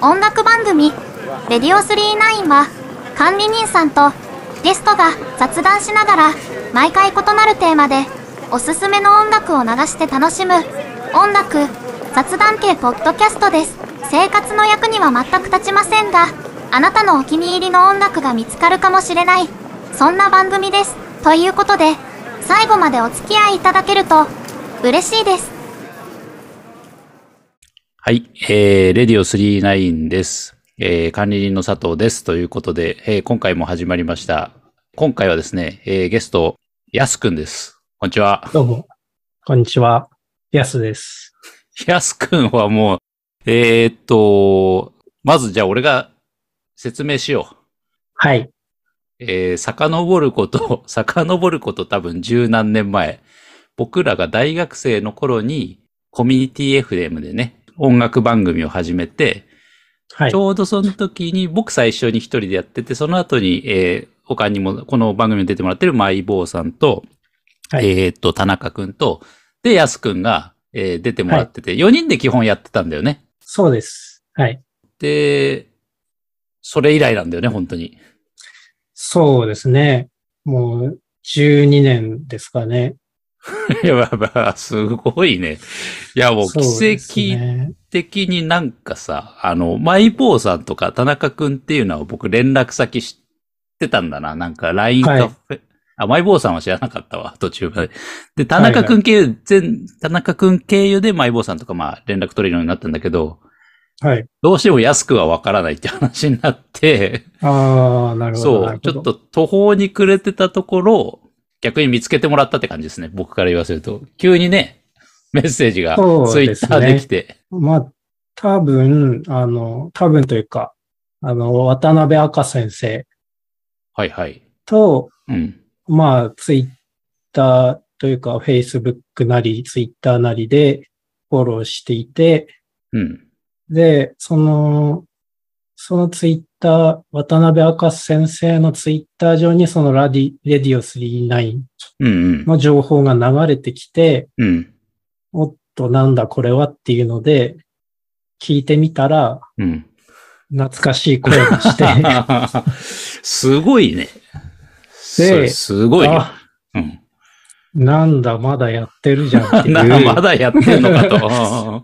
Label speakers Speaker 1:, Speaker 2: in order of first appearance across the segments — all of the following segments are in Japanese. Speaker 1: 音楽番組「レディオ39は管理人さんとゲストが雑談しながら毎回異なるテーマでおすすめの音楽を流して楽しむ音楽雑談系ポッドキャストです生活の役には全く立ちませんがあなたのお気に入りの音楽が見つかるかもしれないそんな番組ですということで最後までお付き合いいただけると嬉しいです
Speaker 2: はい、えー、レディオ39です。えー、管理人の佐藤です。ということで、えー、今回も始まりました。今回はですね、えー、ゲスト、やすくんです。こんにちは。
Speaker 3: どうも。こんにちは。やすです。
Speaker 2: やすくんはもう、えー、っと、まずじゃあ俺が説明しよう。
Speaker 3: はい。
Speaker 2: えー、遡ること、 遡ること多分十何年前、僕らが大学生の頃にコミュニティ FM でね、音楽番組を始めて、
Speaker 3: はい
Speaker 2: ち。ょうどその時に僕最初に一人でやってて、その後に、えー他にもこの番組に出てもらってるマイボーさんと、
Speaker 3: はい
Speaker 2: えーっと、田中くんと、で、やすくんが、えー出てもらってて、4人で基本やってたんだよね。
Speaker 3: そうです。はい。
Speaker 2: で、それ以来なんだよね、本当に。
Speaker 3: そうですね。もう、12年ですかね。
Speaker 2: いや、まあまあすごいね。いや、もう
Speaker 3: そうです
Speaker 2: 奇跡
Speaker 3: ね
Speaker 2: 的になんかさ、あの、マイボーさんとか田中くんっていうのは僕連絡先知ってたんだな。なんか LINE
Speaker 3: はい
Speaker 2: カフェ、あ、マイボーさんは知らなかったわ、途中まで。で、田中くん経由、全、田中くん経由でマイボーさんとかまあ連絡取れるようになったんだけど、
Speaker 3: はい。
Speaker 2: どうしても安くはわからないって話になって、
Speaker 3: ああ、なるほど。
Speaker 2: そう
Speaker 3: なる、
Speaker 2: ち
Speaker 3: ほ
Speaker 2: ょっと
Speaker 3: ど。
Speaker 2: 途方に暮れてたところ、逆に見つけてもらったって感じですね。僕から言わせると。急にね、メッセージが
Speaker 3: そ
Speaker 2: ツイ
Speaker 3: うで
Speaker 2: ッ
Speaker 3: すね
Speaker 2: ターできて。
Speaker 3: まあ、多分、あの、多分というか、あの、渡辺赤先生
Speaker 2: はいはい。
Speaker 3: と、
Speaker 2: うん。
Speaker 3: まあ、ツイッターというか、フェイスブックなり、ツイッターなりでフォローしていて、
Speaker 2: うん。
Speaker 3: で、その、そのツイッター、渡辺明先生のツイッター上にそのラディ、レディオ39
Speaker 2: うんうん。
Speaker 3: の情報が流れてきて、
Speaker 2: うん。
Speaker 3: おっとなんだこれはっていうので、聞いてみたら、
Speaker 2: うん。
Speaker 3: 懐かしい声 がして、
Speaker 2: すごいね。す
Speaker 3: です
Speaker 2: ごいよ。
Speaker 3: あ、
Speaker 2: うん。
Speaker 3: なんだまだやってるじゃんっ て
Speaker 2: な
Speaker 3: い
Speaker 2: ま
Speaker 3: う、
Speaker 2: だやってんの かと。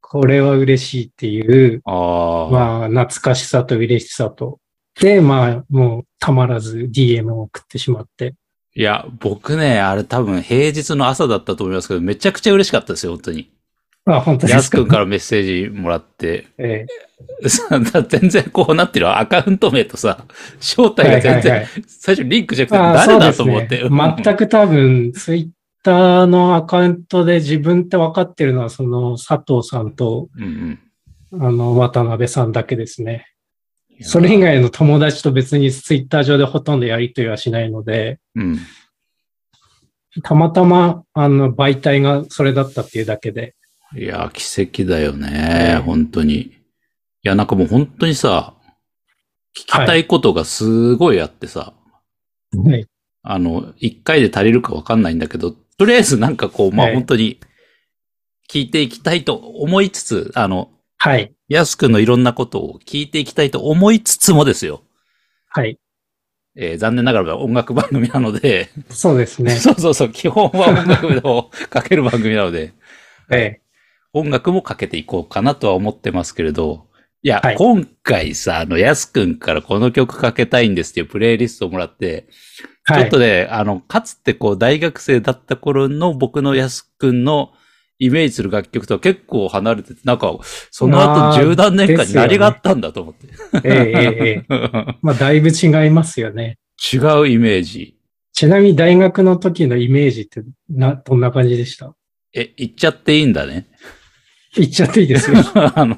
Speaker 3: これは嬉しいっていう、
Speaker 2: ああ、
Speaker 3: まあ懐かしさと嬉しさと。で、まあもうたまらず DM を送ってしまって、
Speaker 2: いや、僕ね、あれ多分平日の朝だったと思いますけど、めちゃくちゃ嬉しかったですよ、本当 に。
Speaker 3: あ、本当で
Speaker 2: や
Speaker 3: す
Speaker 2: す
Speaker 3: か
Speaker 2: く。んからメッセージもらって。
Speaker 3: ええ
Speaker 2: さだ全然こうなってるわアカウント名とさ、正体が全然、
Speaker 3: はいはいはい
Speaker 2: 最初リンクじゃなくて
Speaker 3: ああ
Speaker 2: 誰だと
Speaker 3: そう
Speaker 2: 思
Speaker 3: で
Speaker 2: っ
Speaker 3: す
Speaker 2: て。
Speaker 3: ね 全く多分、ツイッターのアカウントで自分って分かってるのは、その佐藤さんと、
Speaker 2: うんうん。
Speaker 3: あの、渡辺さんだけですね。
Speaker 2: いや
Speaker 3: それ以。外の友達と別にツイッター上でほとんどやりとりはしないので、
Speaker 2: うん。
Speaker 3: たまたま、あの、媒体がそれだったっていうだけで。
Speaker 2: いや、奇跡だよ
Speaker 3: え
Speaker 2: ね
Speaker 3: え、
Speaker 2: 本当に。いや、なんかもう本当にさ、聞きたいことがすごいあってさ、
Speaker 3: はい。
Speaker 2: あの、一回で足りるかわかんないんだけど、とりあえずなんかこう、まあ
Speaker 3: ええ
Speaker 2: 本当に、聞いていきたいと思いつつ、あの、
Speaker 3: はい。
Speaker 2: やすくんのいろんなことを聞いていきたいと思いつつもですよ、
Speaker 3: はい。
Speaker 2: えー残念ながら音楽番組なので、
Speaker 3: そうですね。
Speaker 2: そうそうそう、基本は音楽をかける番組なので、
Speaker 3: ええ。
Speaker 2: 音楽もかけていこうかなとは思ってますけれど、いや、
Speaker 3: はい
Speaker 2: 今回さ、あの、やすくんからこの曲かけたいんですっていうプレイリストをもらって、
Speaker 3: はい。
Speaker 2: ちょっとね、あの、かつてこう、大学生だった頃の僕のやすくんのイメージする楽曲とは結構離れてて、なんか、その
Speaker 3: まあ
Speaker 2: 後十何年間
Speaker 3: で
Speaker 2: に
Speaker 3: すよね
Speaker 2: 何があったんだと思って。
Speaker 3: ええええええ。まあ、だいぶ違いますよね。
Speaker 2: 違うイメージ。
Speaker 3: ちなみに大学の時のイメージって、な、どんな感じでした
Speaker 2: え、言っちゃっていいんだね。
Speaker 3: 言っちゃっていいですよ。
Speaker 2: あの、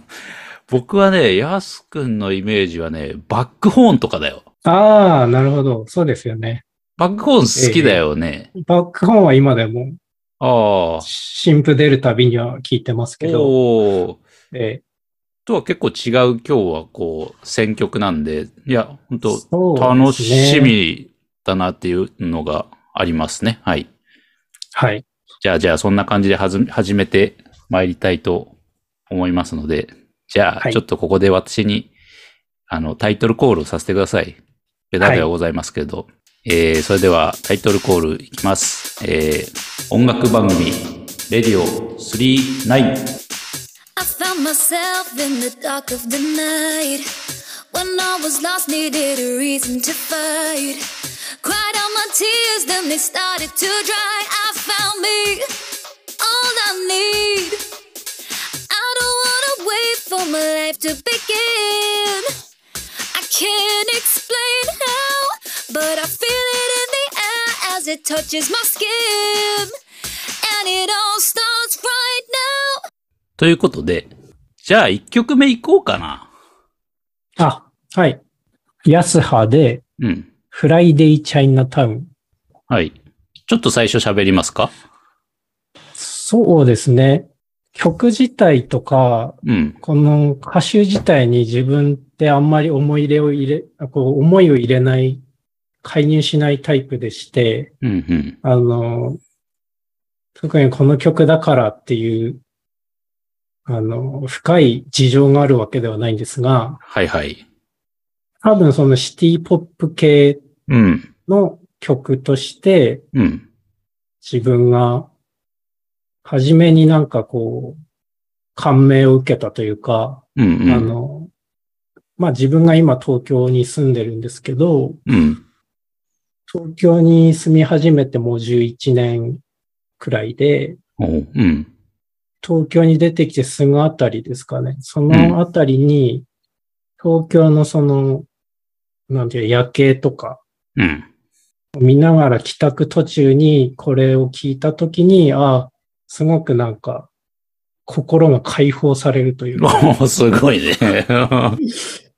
Speaker 2: 僕はね、やすくんのイメージはね、バックホーンとかだよ。
Speaker 3: ああ、なるほど。そうですよね。
Speaker 2: バックホーン好きだよね。
Speaker 3: バックホーンは今でも、
Speaker 2: ああ。
Speaker 3: 新譜出るたびには聞いてますけど、
Speaker 2: おー
Speaker 3: え
Speaker 2: とは結構違う今日はこう、選曲なんで、いや、本
Speaker 3: ー
Speaker 2: 当
Speaker 3: そう
Speaker 2: 楽
Speaker 3: ですね
Speaker 2: しみだなっていうのがありますね。はい。
Speaker 3: はい。
Speaker 2: じゃあ、じゃあ、そんな感じではず始めて参りたいと思いますので、じゃ
Speaker 3: は
Speaker 2: あ、
Speaker 3: い
Speaker 2: ちょっとここで私に、あの、タイトルコールをさせてください。ベタではございますけれど。えー、それではタイトルコールいきます。えー、音楽番組、レディオ39。
Speaker 4: I found myself in the dark of the night. When I was lost, needed a reason to fight. Cried out my tears, then they started to dry. I found me all I need. I don't wanna wait for my life to begin. I can't explain how, but I feel it in the air as it touches my skin. And it all starts right now.
Speaker 2: ということで、じゃあ1曲目いこうかな。
Speaker 3: あ、はい。安葉で、
Speaker 2: うん。
Speaker 3: フライデイチャイナタウン。
Speaker 2: はい。ちょっと最初喋りますか
Speaker 3: そうですね。曲自体とか、
Speaker 2: うん。
Speaker 3: この歌手自体に自分ってあんまり思い入れを入れ、こう思いを入れない、介入しないタイプでして、
Speaker 2: うん、うん。
Speaker 3: あの、特にこの曲だからっていう、あの、深い事情があるわけではないんですが、
Speaker 2: はいはい。
Speaker 3: 多分そのシティポップ系
Speaker 2: うん。
Speaker 3: の曲として、
Speaker 2: うん。
Speaker 3: 自分が、初めになんかこう、感銘を受けたというか、
Speaker 2: うん、うん。
Speaker 3: あの、まあ自分が今東京に住んでるんですけど、
Speaker 2: うん。
Speaker 3: 東京に住み始めてもう11年くらいで、
Speaker 2: おううん。
Speaker 3: 東京に出てきてすぐあたりですかね。そのあたりに、東京のその、なんていう夜景とか
Speaker 2: うん。
Speaker 3: を見ながら帰宅途中にこれを聞いたときに、ああ、すごくなんか、心が解放されるというか
Speaker 2: おーすごいね。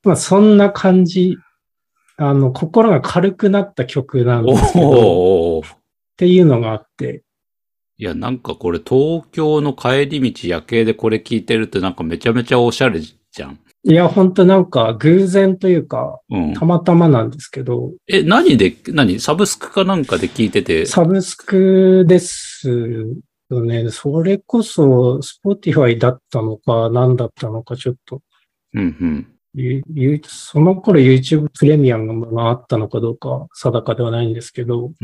Speaker 3: まあ、そんな感じ。あの、心が軽くなった曲なん
Speaker 2: お
Speaker 3: ですけど、っ
Speaker 2: お。
Speaker 3: ていうのがあって、
Speaker 2: いや、なんかこれ東京の帰り道夜景でこれ聞いてるってなんかめちゃめちゃおしゃれじゃん。
Speaker 3: いや、本当なんか偶然というか、
Speaker 2: うん。
Speaker 3: たまたまなんですけど、
Speaker 2: え、何で、何サブスクかなんかで聞いてて。
Speaker 3: サブスクですよね。それこそ、Spotify だったのか、何だったのか、ちょっと、
Speaker 2: うんうん。
Speaker 3: ゆゆその頃 YouTube プレミアムがあったのかどうか、定かではないんですけど、
Speaker 2: うん。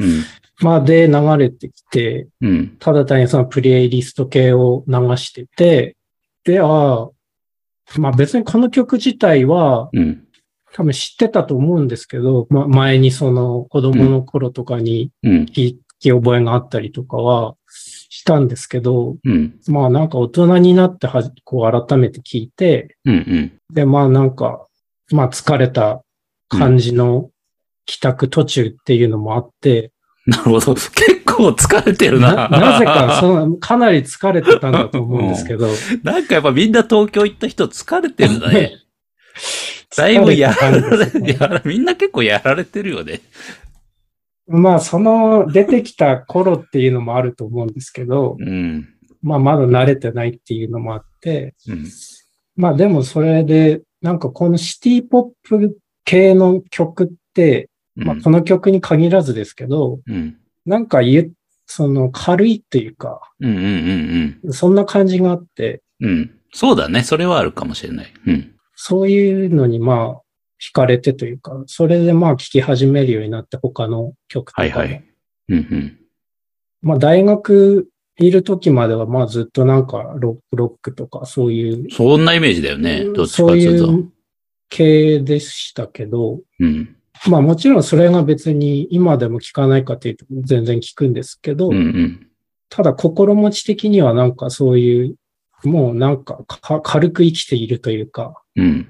Speaker 3: まあ、で流れてきて、
Speaker 2: うん。
Speaker 3: ただ単にそのプレイリスト系を流してて、で、ああ、まあ別にこの曲自体は
Speaker 2: うん。
Speaker 3: 多分知ってたと思うんですけど、まあ前にその子供の頃とかに
Speaker 2: うん。
Speaker 3: 聞き覚えがあったりとかはしたんですけど、
Speaker 2: うん。
Speaker 3: まあなんか大人になってはじ、こう改めて聞いて、
Speaker 2: うん。うん。
Speaker 3: で、まあなんか、まあ疲れた感じの帰宅途中っていうのもあって、
Speaker 2: なるほど。結構疲れてるな。
Speaker 3: ななぜか、 その、かなり疲れてたんだと思うんですけど。
Speaker 2: なんかやっぱみんな東京行った人疲れてる ね。だいぶやられ、 やら、みんな結構やられてるよね。
Speaker 3: まあ、その、出てきた頃っていうのもあると思うんですけど、
Speaker 2: うん。
Speaker 3: まあ、まだ慣れてないっていうのもあって、
Speaker 2: うん。
Speaker 3: まあ、でもそれで、なんかこのシティポップ系の曲って、
Speaker 2: うん
Speaker 3: まあ、この曲に限らずですけど、
Speaker 2: うん。
Speaker 3: なんかゆ、その、軽いっていうか、
Speaker 2: うんうんうん
Speaker 3: そんな感じがあって、
Speaker 2: うん。うん。そうだね。それはあるかもしれない。うん。
Speaker 3: そういうのにまあ、惹かれてというか、それでまあ聞き始めるようになって他の曲とかも。
Speaker 2: はいはいうんうん。
Speaker 3: まあ大学いる時まではまあずっとなんかロロックとかそういう、
Speaker 2: そんなイメージだよね。どっちか
Speaker 3: そ
Speaker 2: っ
Speaker 3: う
Speaker 2: てい
Speaker 3: いう
Speaker 2: と。
Speaker 3: う系でしたけど、
Speaker 2: うん。
Speaker 3: まあもちろんそれが別に今でも聞かないかというと全然聞くんですけど、
Speaker 2: うんうん。
Speaker 3: ただ心持ち的にはなんかそういう、もうなんかか軽く生きているというか、
Speaker 2: うん。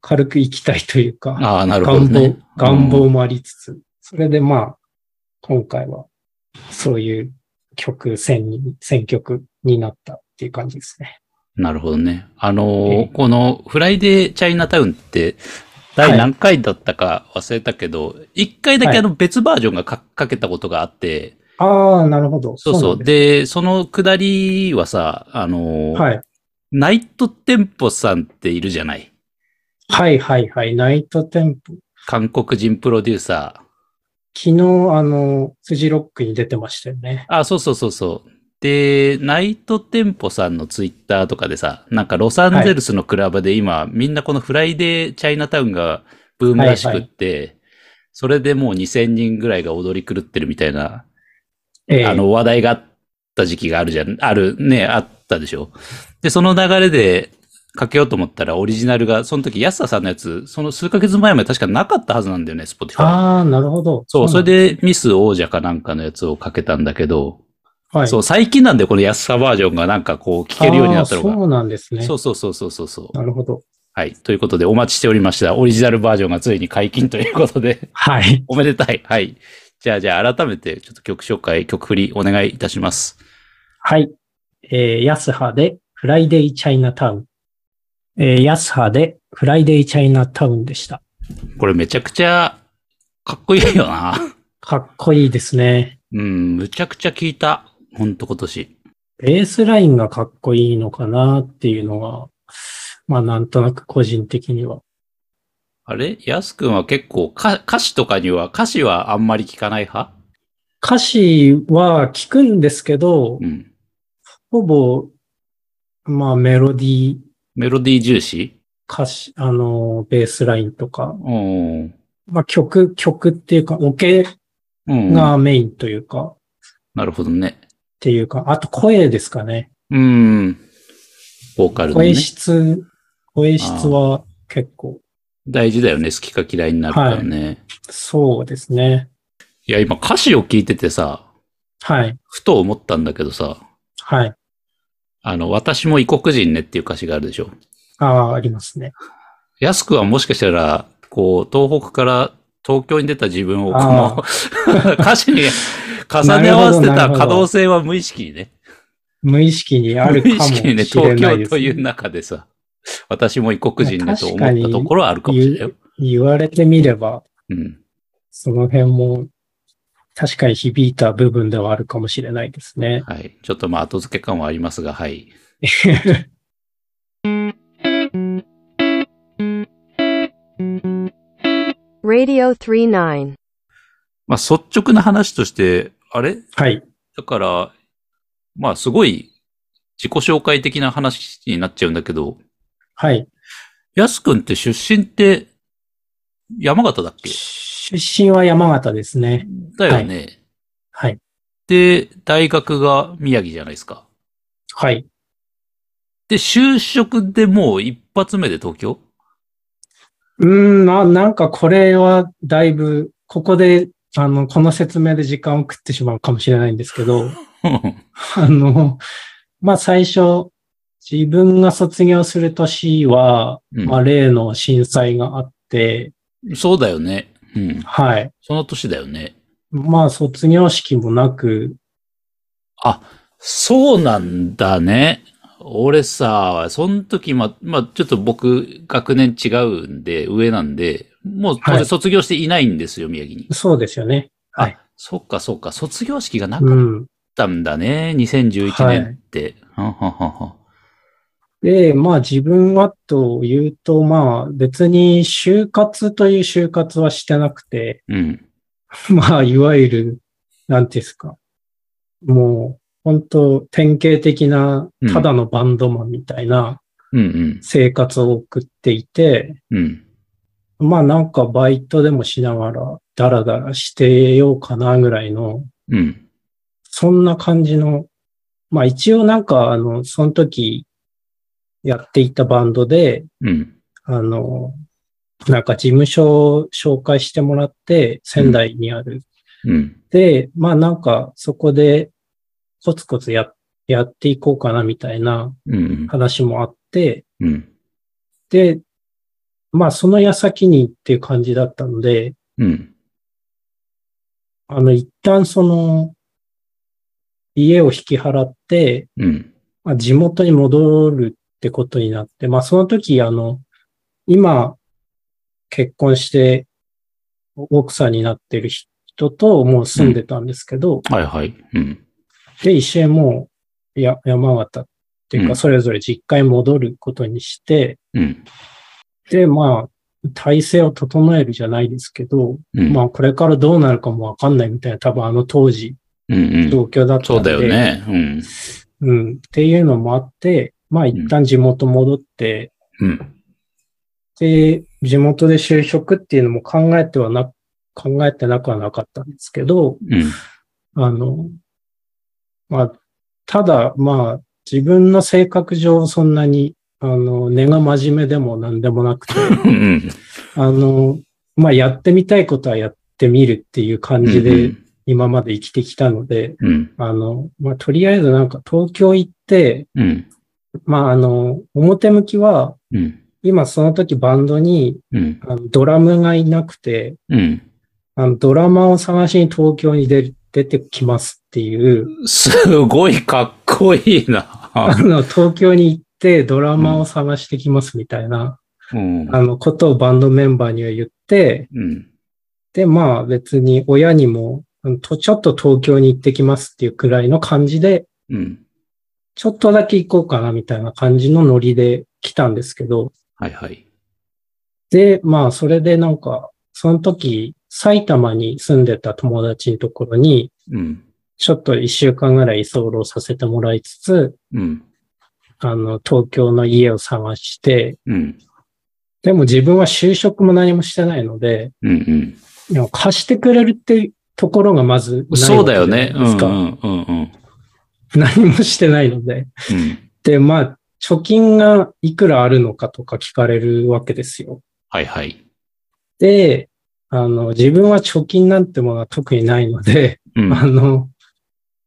Speaker 3: 軽く生きたいというか、
Speaker 2: ああ、なるほど
Speaker 3: 願
Speaker 2: ね
Speaker 3: 望。、願望もありつつ、それでまあ、今回は、そういう曲、1000人、選曲になったっていう感じですね。
Speaker 2: なるほどね。あの
Speaker 3: ええ
Speaker 2: ー、このフライデーチャイナタウンって、第何回だったか忘れたけど、一、回だけあの別バージョンがかかけたことがあって、
Speaker 3: ああ、なるほど。
Speaker 2: そうそう。
Speaker 3: なんです
Speaker 2: で、そのくだりはさ、あのー、
Speaker 3: はい。
Speaker 2: ナイトテンポさんっているじゃない。
Speaker 3: はいはいはい。ナイトテンポ。
Speaker 2: 韓国人プロデューサー。
Speaker 3: 昨日、あの、辻ロックに出てましたよね。
Speaker 2: あ、そうそうそうそう。で、ナイトテンポさんのツイッターとかでさ、なんかロサンゼルスのクラブで今、みんなこのフライデーチャイナタウンがブームらしくって、それでもう2000人ぐらいが踊り狂ってるみたいな、
Speaker 3: ええ
Speaker 2: あの話題があった時期があるじゃん、あるね、あったでしょ。で、その流れでかけようと思ったらオリジナルが、その時安田さんのやつ、その数ヶ月前まで確かなかったはずなんだよね、Spotify。
Speaker 3: ああ、なるほど。
Speaker 2: そう、そ
Speaker 3: なんだ
Speaker 2: れでミス王者かなんかのやつをかけたんだけど、
Speaker 3: はい。
Speaker 2: そう、最近なんだよ、この安さバージョンがなんかこう聞けるようになったの
Speaker 3: あー
Speaker 2: が。
Speaker 3: そうなんですね。
Speaker 2: そうそうそうそうそうそう。
Speaker 3: なるほど。
Speaker 2: はい。ということで、お待ちしておりました。オリジナルバージョンがついに解禁ということで、
Speaker 3: はい。
Speaker 2: おめでたい。はい。じゃあ、じゃあ、改めて、ちょっと曲紹介、曲振り、お願いいたします。
Speaker 3: はい。えー、ヤスハでフライデイチャイナタウン。えー、ヤスハでフライデイチャイナタウンでした。
Speaker 2: これめちゃくちゃ、かっこいいよな。
Speaker 3: かっこいいですね。
Speaker 2: うん、むちゃくちゃ聞いた。ほんと今年。
Speaker 3: ベースラインがかっこいいのかなっていうのが、まあなんとなく個人的には。
Speaker 2: あれやすくんは結構か、歌詞とかには、歌詞はあんまり聞かない派
Speaker 3: 歌詞は聞くんですけど
Speaker 2: う、ん。
Speaker 3: ほぼ、まあメロディー、
Speaker 2: メロディー重視
Speaker 3: 歌詞、あの、ベースラインとか、
Speaker 2: うん。
Speaker 3: まあ曲、曲っていうか、オケ
Speaker 2: うん。
Speaker 3: がメインというか、っ
Speaker 2: なるほどね。
Speaker 3: ていうか、あと声ですかね。
Speaker 2: うん。ボーカルのね
Speaker 3: 声。質、声質は結構、
Speaker 2: 大事だよね。好きか嫌いになるからね。い、
Speaker 3: そうですね。
Speaker 2: や、今歌詞を聞いててさ、
Speaker 3: はい、
Speaker 2: ふと思ったんだけどさ、
Speaker 3: はい。
Speaker 2: あの、私も異国人ねっていう歌詞があるでしょ。
Speaker 3: ああ、ありますね。
Speaker 2: 安くはもしかしたら、こう、東北から東京に出た自分を、この
Speaker 3: あ
Speaker 2: 歌詞に重ね合わせてた可能性は無意識にね。
Speaker 3: 無意識にあるか
Speaker 2: 無
Speaker 3: も
Speaker 2: 意
Speaker 3: し
Speaker 2: 識
Speaker 3: れ
Speaker 2: にね、
Speaker 3: ないです、ね。
Speaker 2: 東京という中でさ、私も異国人ねと思ったところはあるかもしれないよ。
Speaker 3: 言われてみれば、
Speaker 2: うん。
Speaker 3: その辺も確かに響いた部分ではあるかもしれないですね。
Speaker 2: はい。ちょっとまあ後付け感はありますが、はい。
Speaker 5: Radio 39.
Speaker 2: まあ率直な話として、あれ
Speaker 3: はい。
Speaker 2: だから、まあすごい自己紹介的な話になっちゃうんだけど、
Speaker 3: はい。
Speaker 2: やすくんって出身って山形だっけ
Speaker 3: 出身は山形ですね。
Speaker 2: だよね。
Speaker 3: はい。
Speaker 2: で、大学が宮城じゃないですか。
Speaker 3: はい。
Speaker 2: で、就職でもう一発目で東京
Speaker 3: うーん、な、なんかこれはだいぶ、ここで、あの、この説明で時間を食ってしまうかもしれないんです けど、あの、まあ最初、自分が卒業する年は、
Speaker 2: うん
Speaker 3: まあ例の震災があって、
Speaker 2: そうだよね。うん。
Speaker 3: はい。
Speaker 2: その年だよね。
Speaker 3: まあ卒業式もなく、
Speaker 2: あ、そうなんだね。俺さ、その時、ま、まあ、ちょっと僕、学年違うんで、上なんで、もう、
Speaker 3: はい
Speaker 2: 卒業していないんですよ、宮城に。
Speaker 3: そうですよね。はい
Speaker 2: あ、そっか、そっか、卒業式がなか
Speaker 3: う
Speaker 2: っ
Speaker 3: ん。
Speaker 2: たんだね、2011年って。はんはんはんはん
Speaker 3: で、まあ自分はというと、まあ別に就活という就活はしてなくて、
Speaker 2: うん。
Speaker 3: まあ、いわゆる、なんていうんですか。もう、本当典型的な
Speaker 2: うん、
Speaker 3: ただのバンドマンみたいな
Speaker 2: うん
Speaker 3: 生活を送っていて、
Speaker 2: うん。うん。
Speaker 3: まあなんかバイトでもしながら、ダラダラしてようかなぐらいの、
Speaker 2: うん。
Speaker 3: そんな感じの、まあ一応なんか、あの、その時、やっていたバンドで、
Speaker 2: うん。
Speaker 3: あの、なんか事務所を紹介してもらって、仙台にある
Speaker 2: うん。
Speaker 3: で、まあなんかそこでコツコツややっていこうかなみたいな
Speaker 2: うん。
Speaker 3: 話もあって、
Speaker 2: うん。
Speaker 3: で、まあその矢先にっていう感じだったので、
Speaker 2: うん。
Speaker 3: あの一旦その家を引き払って、
Speaker 2: うん。
Speaker 3: まあ、地元に戻るってことになって、まあその時あの、今結婚して奥さんになってる人ともう住んでたんですけど、
Speaker 2: はいはい。うん。
Speaker 3: で、石へもうや山形っていう
Speaker 2: う
Speaker 3: か、
Speaker 2: ん
Speaker 3: それぞれ実家に戻ることにして、
Speaker 2: うん。
Speaker 3: で、まあ、体制を整えるじゃないですけど、
Speaker 2: うん。
Speaker 3: まあ、これからどうなるかもわかんないみたいな、多分あの当時
Speaker 2: うんう
Speaker 3: 状
Speaker 2: ん。
Speaker 3: 況だった
Speaker 2: そ
Speaker 3: の
Speaker 2: う
Speaker 3: で、
Speaker 2: だよね。うん。
Speaker 3: うん。っていうのもあって、まあ一旦地元戻って、
Speaker 2: うん。
Speaker 3: で、地元で就職っていうのも考えてはな、考えてなくはなかったんですけど、
Speaker 2: うん。
Speaker 3: あの、まあ、ただ、まあ、自分の性格上そんなに、あの、根が真面目でも何でも なくて、
Speaker 2: うん。
Speaker 3: あの、まあ、やってみたいことはやってみるっていう感じで今まで生きてきたので、
Speaker 2: うん。
Speaker 3: あの、まあ、とりあえずなんか東京行って、
Speaker 2: うん。
Speaker 3: まあ、あの、表向きは、
Speaker 2: うん。
Speaker 3: 今その時バンドに
Speaker 2: うん。
Speaker 3: あのドラムがいなくて、
Speaker 2: うん。
Speaker 3: あのドラマを探しに東京に出出てきますっていう、
Speaker 2: すごいかっこいいな。
Speaker 3: あの、東京に行ってドラマを探してきますみたいな、
Speaker 2: うん。
Speaker 3: あの、ことをバンドメンバーには言って、
Speaker 2: うん。
Speaker 3: で、まあ別に親にも、うんとちょっと東京に行ってきますっていうくらいの感じで、
Speaker 2: うん。
Speaker 3: ちょっとだけ行こうかなみたいな感じのノリで来たんですけど、
Speaker 2: はいはい。
Speaker 3: で、まあそれでなんか、その時、埼玉に住んでた友達のところに、
Speaker 2: うん。
Speaker 3: ちょっと一週間ぐらい居候させてもらいつつ、
Speaker 2: うん。
Speaker 3: あの、東京の家を探して、
Speaker 2: うん。
Speaker 3: でも自分は就職も何もしてないので、
Speaker 2: うん。
Speaker 3: でも貸してくれるってところがまず
Speaker 2: う。
Speaker 3: なんい
Speaker 2: そうだよね。
Speaker 3: わ
Speaker 2: うん。
Speaker 3: け
Speaker 2: う
Speaker 3: じ
Speaker 2: ん
Speaker 3: ゃ。ない
Speaker 2: うん。うん。
Speaker 3: ですか。何もしてないので。
Speaker 2: うん。
Speaker 3: で、まあ、貯金がいくらあるのかとか聞かれるわけですよ。
Speaker 2: はいはい。
Speaker 3: で、あの、自分は貯金なんてものは特にないので、
Speaker 2: うん。
Speaker 3: あの、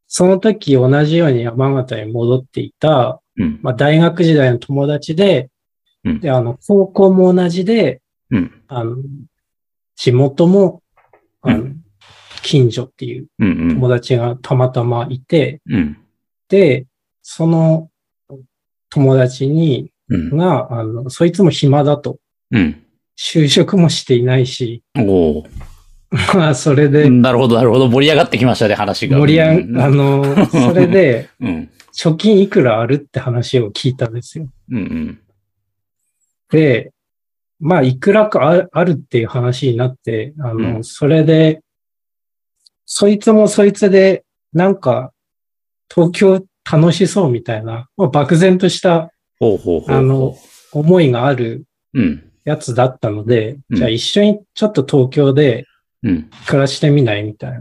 Speaker 3: その時同じように山形に戻っていた、
Speaker 2: うん。
Speaker 3: まあ、大学時代の友達で、
Speaker 2: うん
Speaker 3: で、あの、高校も同じで、
Speaker 2: うん。
Speaker 3: あの、地元も、あ
Speaker 2: う
Speaker 3: の、近所っていう
Speaker 2: うん。うん
Speaker 3: 友。達がたまたまいて、
Speaker 2: うん。
Speaker 3: で、その友達に、
Speaker 2: うん。
Speaker 3: が、あの、そいつも暇だと。
Speaker 2: うん。
Speaker 3: 就職もしていないし、
Speaker 2: おお。
Speaker 3: まあ、それで
Speaker 2: なるほど、なるほど。盛り上がってきましたね、話が。
Speaker 3: 盛り
Speaker 2: う
Speaker 3: 上
Speaker 2: ん
Speaker 3: が、あの、それで、
Speaker 2: うん。
Speaker 3: 貯金いくらあるって話を聞いたんですよ。
Speaker 2: うん。
Speaker 3: で、まあ、いくらかあるあるっていう話になって、あの、
Speaker 2: うん
Speaker 3: それで、そいつもそいつで、なんか、東京楽しそうみたいな、まあ、漠然とした
Speaker 2: ほうほうほうほう。
Speaker 3: あの、思いがある
Speaker 2: うん。
Speaker 3: やつだったので、
Speaker 2: うん
Speaker 3: じゃあ一緒にちょっと東京で
Speaker 2: うん。
Speaker 3: 暮らしてみないみたいな。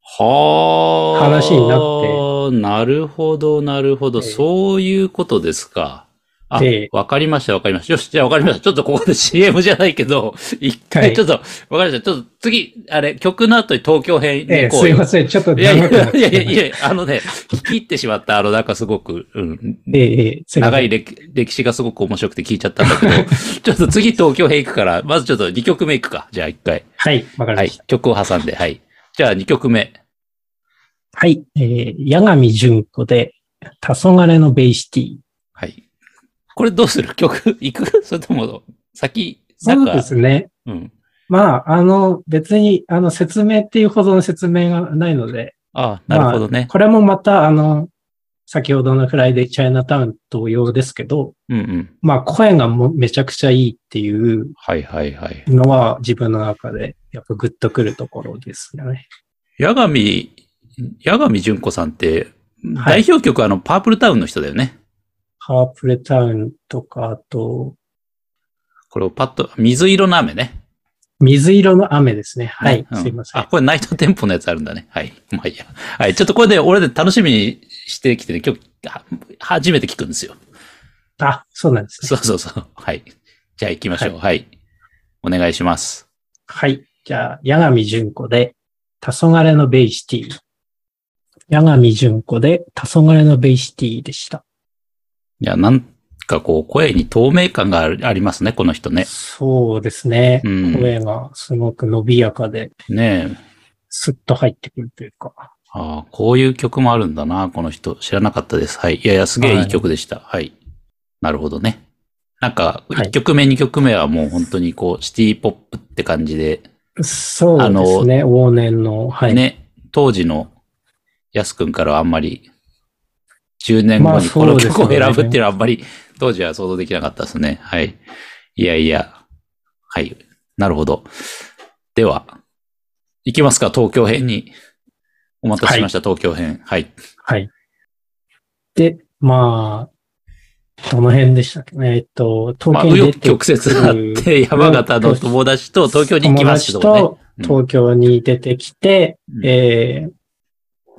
Speaker 2: はあ。
Speaker 3: 話に
Speaker 2: なって。なるほど、なるほど。
Speaker 3: ええ
Speaker 2: そういうことですか。あ
Speaker 3: ええ、
Speaker 2: わかりました、わかりました。よし、じゃあわかりました。ちょっとここで CM じゃないけど、一
Speaker 3: は
Speaker 2: 回
Speaker 3: い
Speaker 2: ちょっと、わ、かりました。ちょっと次、あれ、曲の後に東京編に
Speaker 3: ええ
Speaker 2: 行こ
Speaker 3: す
Speaker 2: う
Speaker 3: い
Speaker 2: よ。
Speaker 3: ません。ちょっと
Speaker 2: いやい
Speaker 3: 長くなっ
Speaker 2: やい
Speaker 3: ちゃ
Speaker 2: や
Speaker 3: い
Speaker 2: い
Speaker 3: ま
Speaker 2: や
Speaker 3: した
Speaker 2: いや、あのね、聞き入ってしまった、あの、なんかすごく、うん、
Speaker 3: ええ、ええ、すいません
Speaker 2: 長い歴歴史がすごく面白くて聞いちゃったんだ けど、ちょっと次東京編行くから、まずちょっと2曲目行くか。じゃあ1回。
Speaker 3: はい、わかり
Speaker 2: は
Speaker 3: ま
Speaker 2: い
Speaker 3: した。。
Speaker 2: 曲を挟んで、はい。じゃあ2曲目。
Speaker 3: はい、えー、八神純子で、黄昏のベイシティ。
Speaker 2: はい。これどうする曲 行くそれとも、先、なん
Speaker 3: そう
Speaker 2: か、
Speaker 3: ですね。
Speaker 2: うん。
Speaker 3: まあ、あの、別に、あの、説明っていうほどの説明がないので、
Speaker 2: ああ、なるほどね。
Speaker 3: これもまた、あの、先ほどのフライデーチャイナタウン同様ですけど、
Speaker 2: うんうん。
Speaker 3: まあ、声がもうめちゃくちゃいいっていう
Speaker 2: はいはいはい。
Speaker 3: のは自分の中で、やっぱグッとくるところですよね。
Speaker 2: 八神、八神純子さんって、
Speaker 3: は
Speaker 2: 代
Speaker 3: い
Speaker 2: 表曲はあの、パープルタウンの人だよね。
Speaker 3: ハープレタウンとか、あと、
Speaker 2: これをパッと、水色の雨ね。
Speaker 3: 水色の雨ですね。はい、
Speaker 2: うん
Speaker 3: すいません
Speaker 2: あ、。これナイトテンポのやつあるんだね。はい。 まあいいや。はい。ちょっとこれで、俺で楽しみにしてきてね、今日、は初めて聞くんですよ。
Speaker 3: あ、そうなんですね。
Speaker 2: そうそうそう。はい。じゃあ行きましょう。はい、お願いします。
Speaker 3: はい。じゃあ、八神純子で、黄昏のベイシティ。八神純子で、黄昏のベイシティでした。
Speaker 2: いや、なんかこう、声に透明感があるありますね、この人ね。
Speaker 3: そうですね。
Speaker 2: うん
Speaker 3: 声がすごく伸びやかで、
Speaker 2: ねえ。
Speaker 3: スッと入ってくるというか。
Speaker 2: ああ、こういう曲もあるんだな、この人。知らなかったです。はい。いやいや、すげえいい曲でした。はい。なるほどね。なんか、
Speaker 3: はい
Speaker 2: 1曲目、2曲目はもう本当にこう、シティポップって感じで、
Speaker 3: そうですね。往年の、はい。
Speaker 2: ね、当時のやすくんからはあんまり、10年
Speaker 3: ま
Speaker 2: 後
Speaker 3: あ
Speaker 2: にこの曲
Speaker 3: そ
Speaker 2: を
Speaker 3: うですよ
Speaker 2: 選
Speaker 3: ね
Speaker 2: ぶっていうのはあんまり、当時は想像できなかったですね。はい。いやいや。はい。なるほど。では、行きますか、東京編に。お待たせしました、東京編。はい。
Speaker 3: はい。で、まあ、どの辺でしたっけね。えっと、
Speaker 2: まあ、
Speaker 3: 東
Speaker 2: 紆
Speaker 3: 京に出
Speaker 2: 余
Speaker 3: て
Speaker 2: 曲折があって、山形の友達と東京に行きます
Speaker 3: 友
Speaker 2: とね。
Speaker 3: 達と東京に出てきて、
Speaker 2: うん
Speaker 3: えー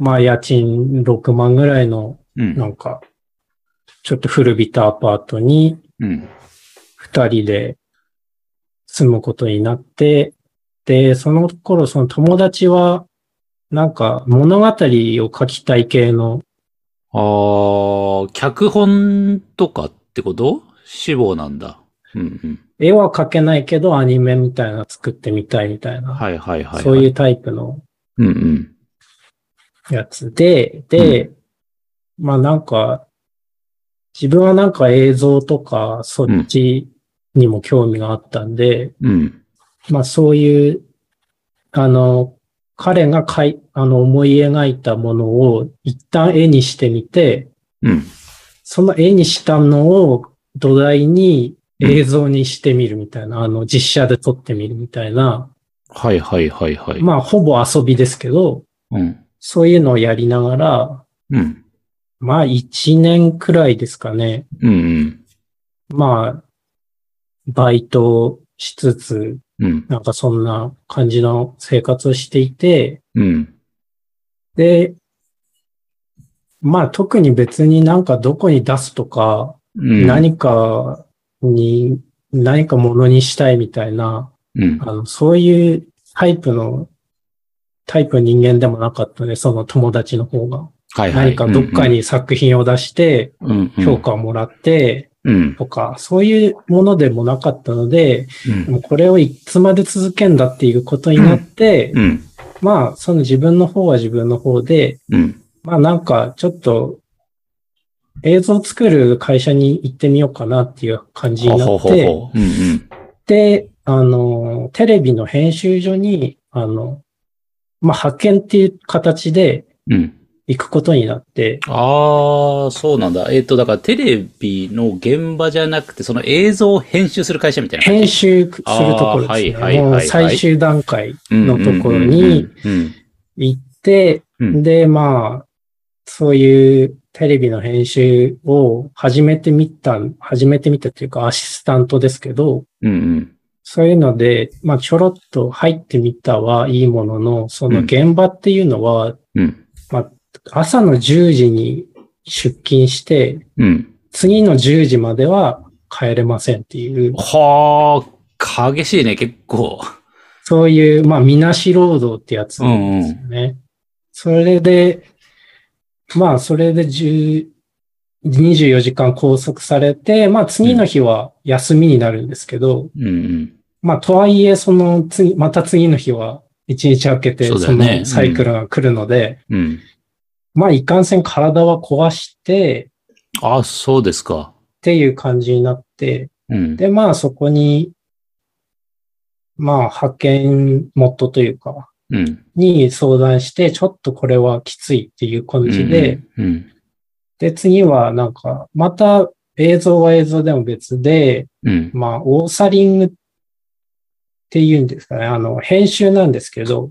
Speaker 3: まあ家賃6万ぐらいの、
Speaker 2: うん
Speaker 3: な。んか、ちょっと古びたアパートに
Speaker 2: うん。
Speaker 3: 二人で住むことになって、で、その頃その友達は、なんか物語を書きたい系の、
Speaker 2: あー、脚本とかってこと志望なんだ。うんうん。
Speaker 3: 絵は描けないけどアニメみたいな作ってみたいみたいな、
Speaker 2: はいはいはい、はい。
Speaker 3: そういう。タイプの
Speaker 2: うんうん。
Speaker 3: やつで、で、まあなんか、自分はなんか映像とか、そっちにも興味があったんで、
Speaker 2: うん。
Speaker 3: まあそういう、あの、彼がかい、あの、思い描いたものを一旦絵にしてみて、
Speaker 2: うん。
Speaker 3: その絵にしたのを土台に映像にしてみるみたいな、あの、実写で撮ってみるみたいな、
Speaker 2: はいはいはいはい。
Speaker 3: まあほぼ遊びですけど、
Speaker 2: うん。
Speaker 3: そういうのをやりながら、
Speaker 2: うん。
Speaker 3: まあ1年くらいですかね。
Speaker 2: うんうん。
Speaker 3: まあ、バイトしつつ、
Speaker 2: うん。
Speaker 3: なんかそんな感じの生活をしていて、
Speaker 2: うん。
Speaker 3: で、まあ特に別になんかどこに出すとか、
Speaker 2: うん。
Speaker 3: 何かに、何かものにしたいみたいな、
Speaker 2: うん
Speaker 3: あ。の、そういうタイプの、タイプの人間でもなかったね、その友達の方が。
Speaker 2: はいはい。
Speaker 3: 何かどっかに作品を出して、
Speaker 2: うんうん
Speaker 3: 評。価をもらって、
Speaker 2: うん。
Speaker 3: とか、そういうものでもなかったので、
Speaker 2: うん。
Speaker 3: もうこれをいつまで続けんだっていうことになって、
Speaker 2: うん。
Speaker 3: まあ、その自分の方は自分の方で、
Speaker 2: うん。
Speaker 3: まあなんかちょっと映像作る会社に行ってみようかなっていう感じにな
Speaker 2: ほう
Speaker 3: っ
Speaker 2: ほうほう
Speaker 3: て、
Speaker 2: ほう。うんうん。
Speaker 3: で、あの、テレビの編集所に、あの、まあ派遣っていう形で
Speaker 2: うん。
Speaker 3: 行くことになって、
Speaker 2: ああ、そうなんだ。えっ、と、だからテレビの現場じゃなくて、その映像を編集する会社みたいな感じ。
Speaker 3: 編集するところです
Speaker 2: あーはいはいはい
Speaker 3: ね。
Speaker 2: はい
Speaker 3: もう最終段階のところ
Speaker 2: うん
Speaker 3: に
Speaker 2: うん
Speaker 3: 行って、
Speaker 2: うんうん。
Speaker 3: で、まあ、そういうテレビの編集を始めてみた、始めてみたというかアシスタントですけど、
Speaker 2: うんうん。
Speaker 3: そういうので、まあ、ちょろっと入ってみたはいいものの、その現場っていうのは、
Speaker 2: うん。
Speaker 3: 朝の10時に出勤して、
Speaker 2: うん。
Speaker 3: 次の10時までは帰れませんっていう、
Speaker 2: はあ、激しいね、結構。
Speaker 3: そういう、まあ、みなし労働ってやつ
Speaker 2: うんうん。
Speaker 3: ね。それで、まあ、それで10 24時間拘束されて、まあ、次の日は休みになるんですけど、
Speaker 2: うんうん。
Speaker 3: まあ、とはいえ、その次、また次の日は1日空けて、
Speaker 2: そうだ
Speaker 3: そ
Speaker 2: よね
Speaker 3: のサイクルが来るので、
Speaker 2: うん。
Speaker 3: まあ、いかんせん体は壊して、
Speaker 2: ああ、そうですか。
Speaker 3: っていう感じになって、
Speaker 2: うん。
Speaker 3: で、まあ、そこに、まあ、派遣元というか、
Speaker 2: うん。
Speaker 3: に相談して、ちょっとこれはきついっていう感じで、
Speaker 2: うん。
Speaker 3: で、次はなんか、また映像は映像でも別で、
Speaker 2: うん。
Speaker 3: まあ、オーサリングっていうんですかね、あの、編集なんですけど、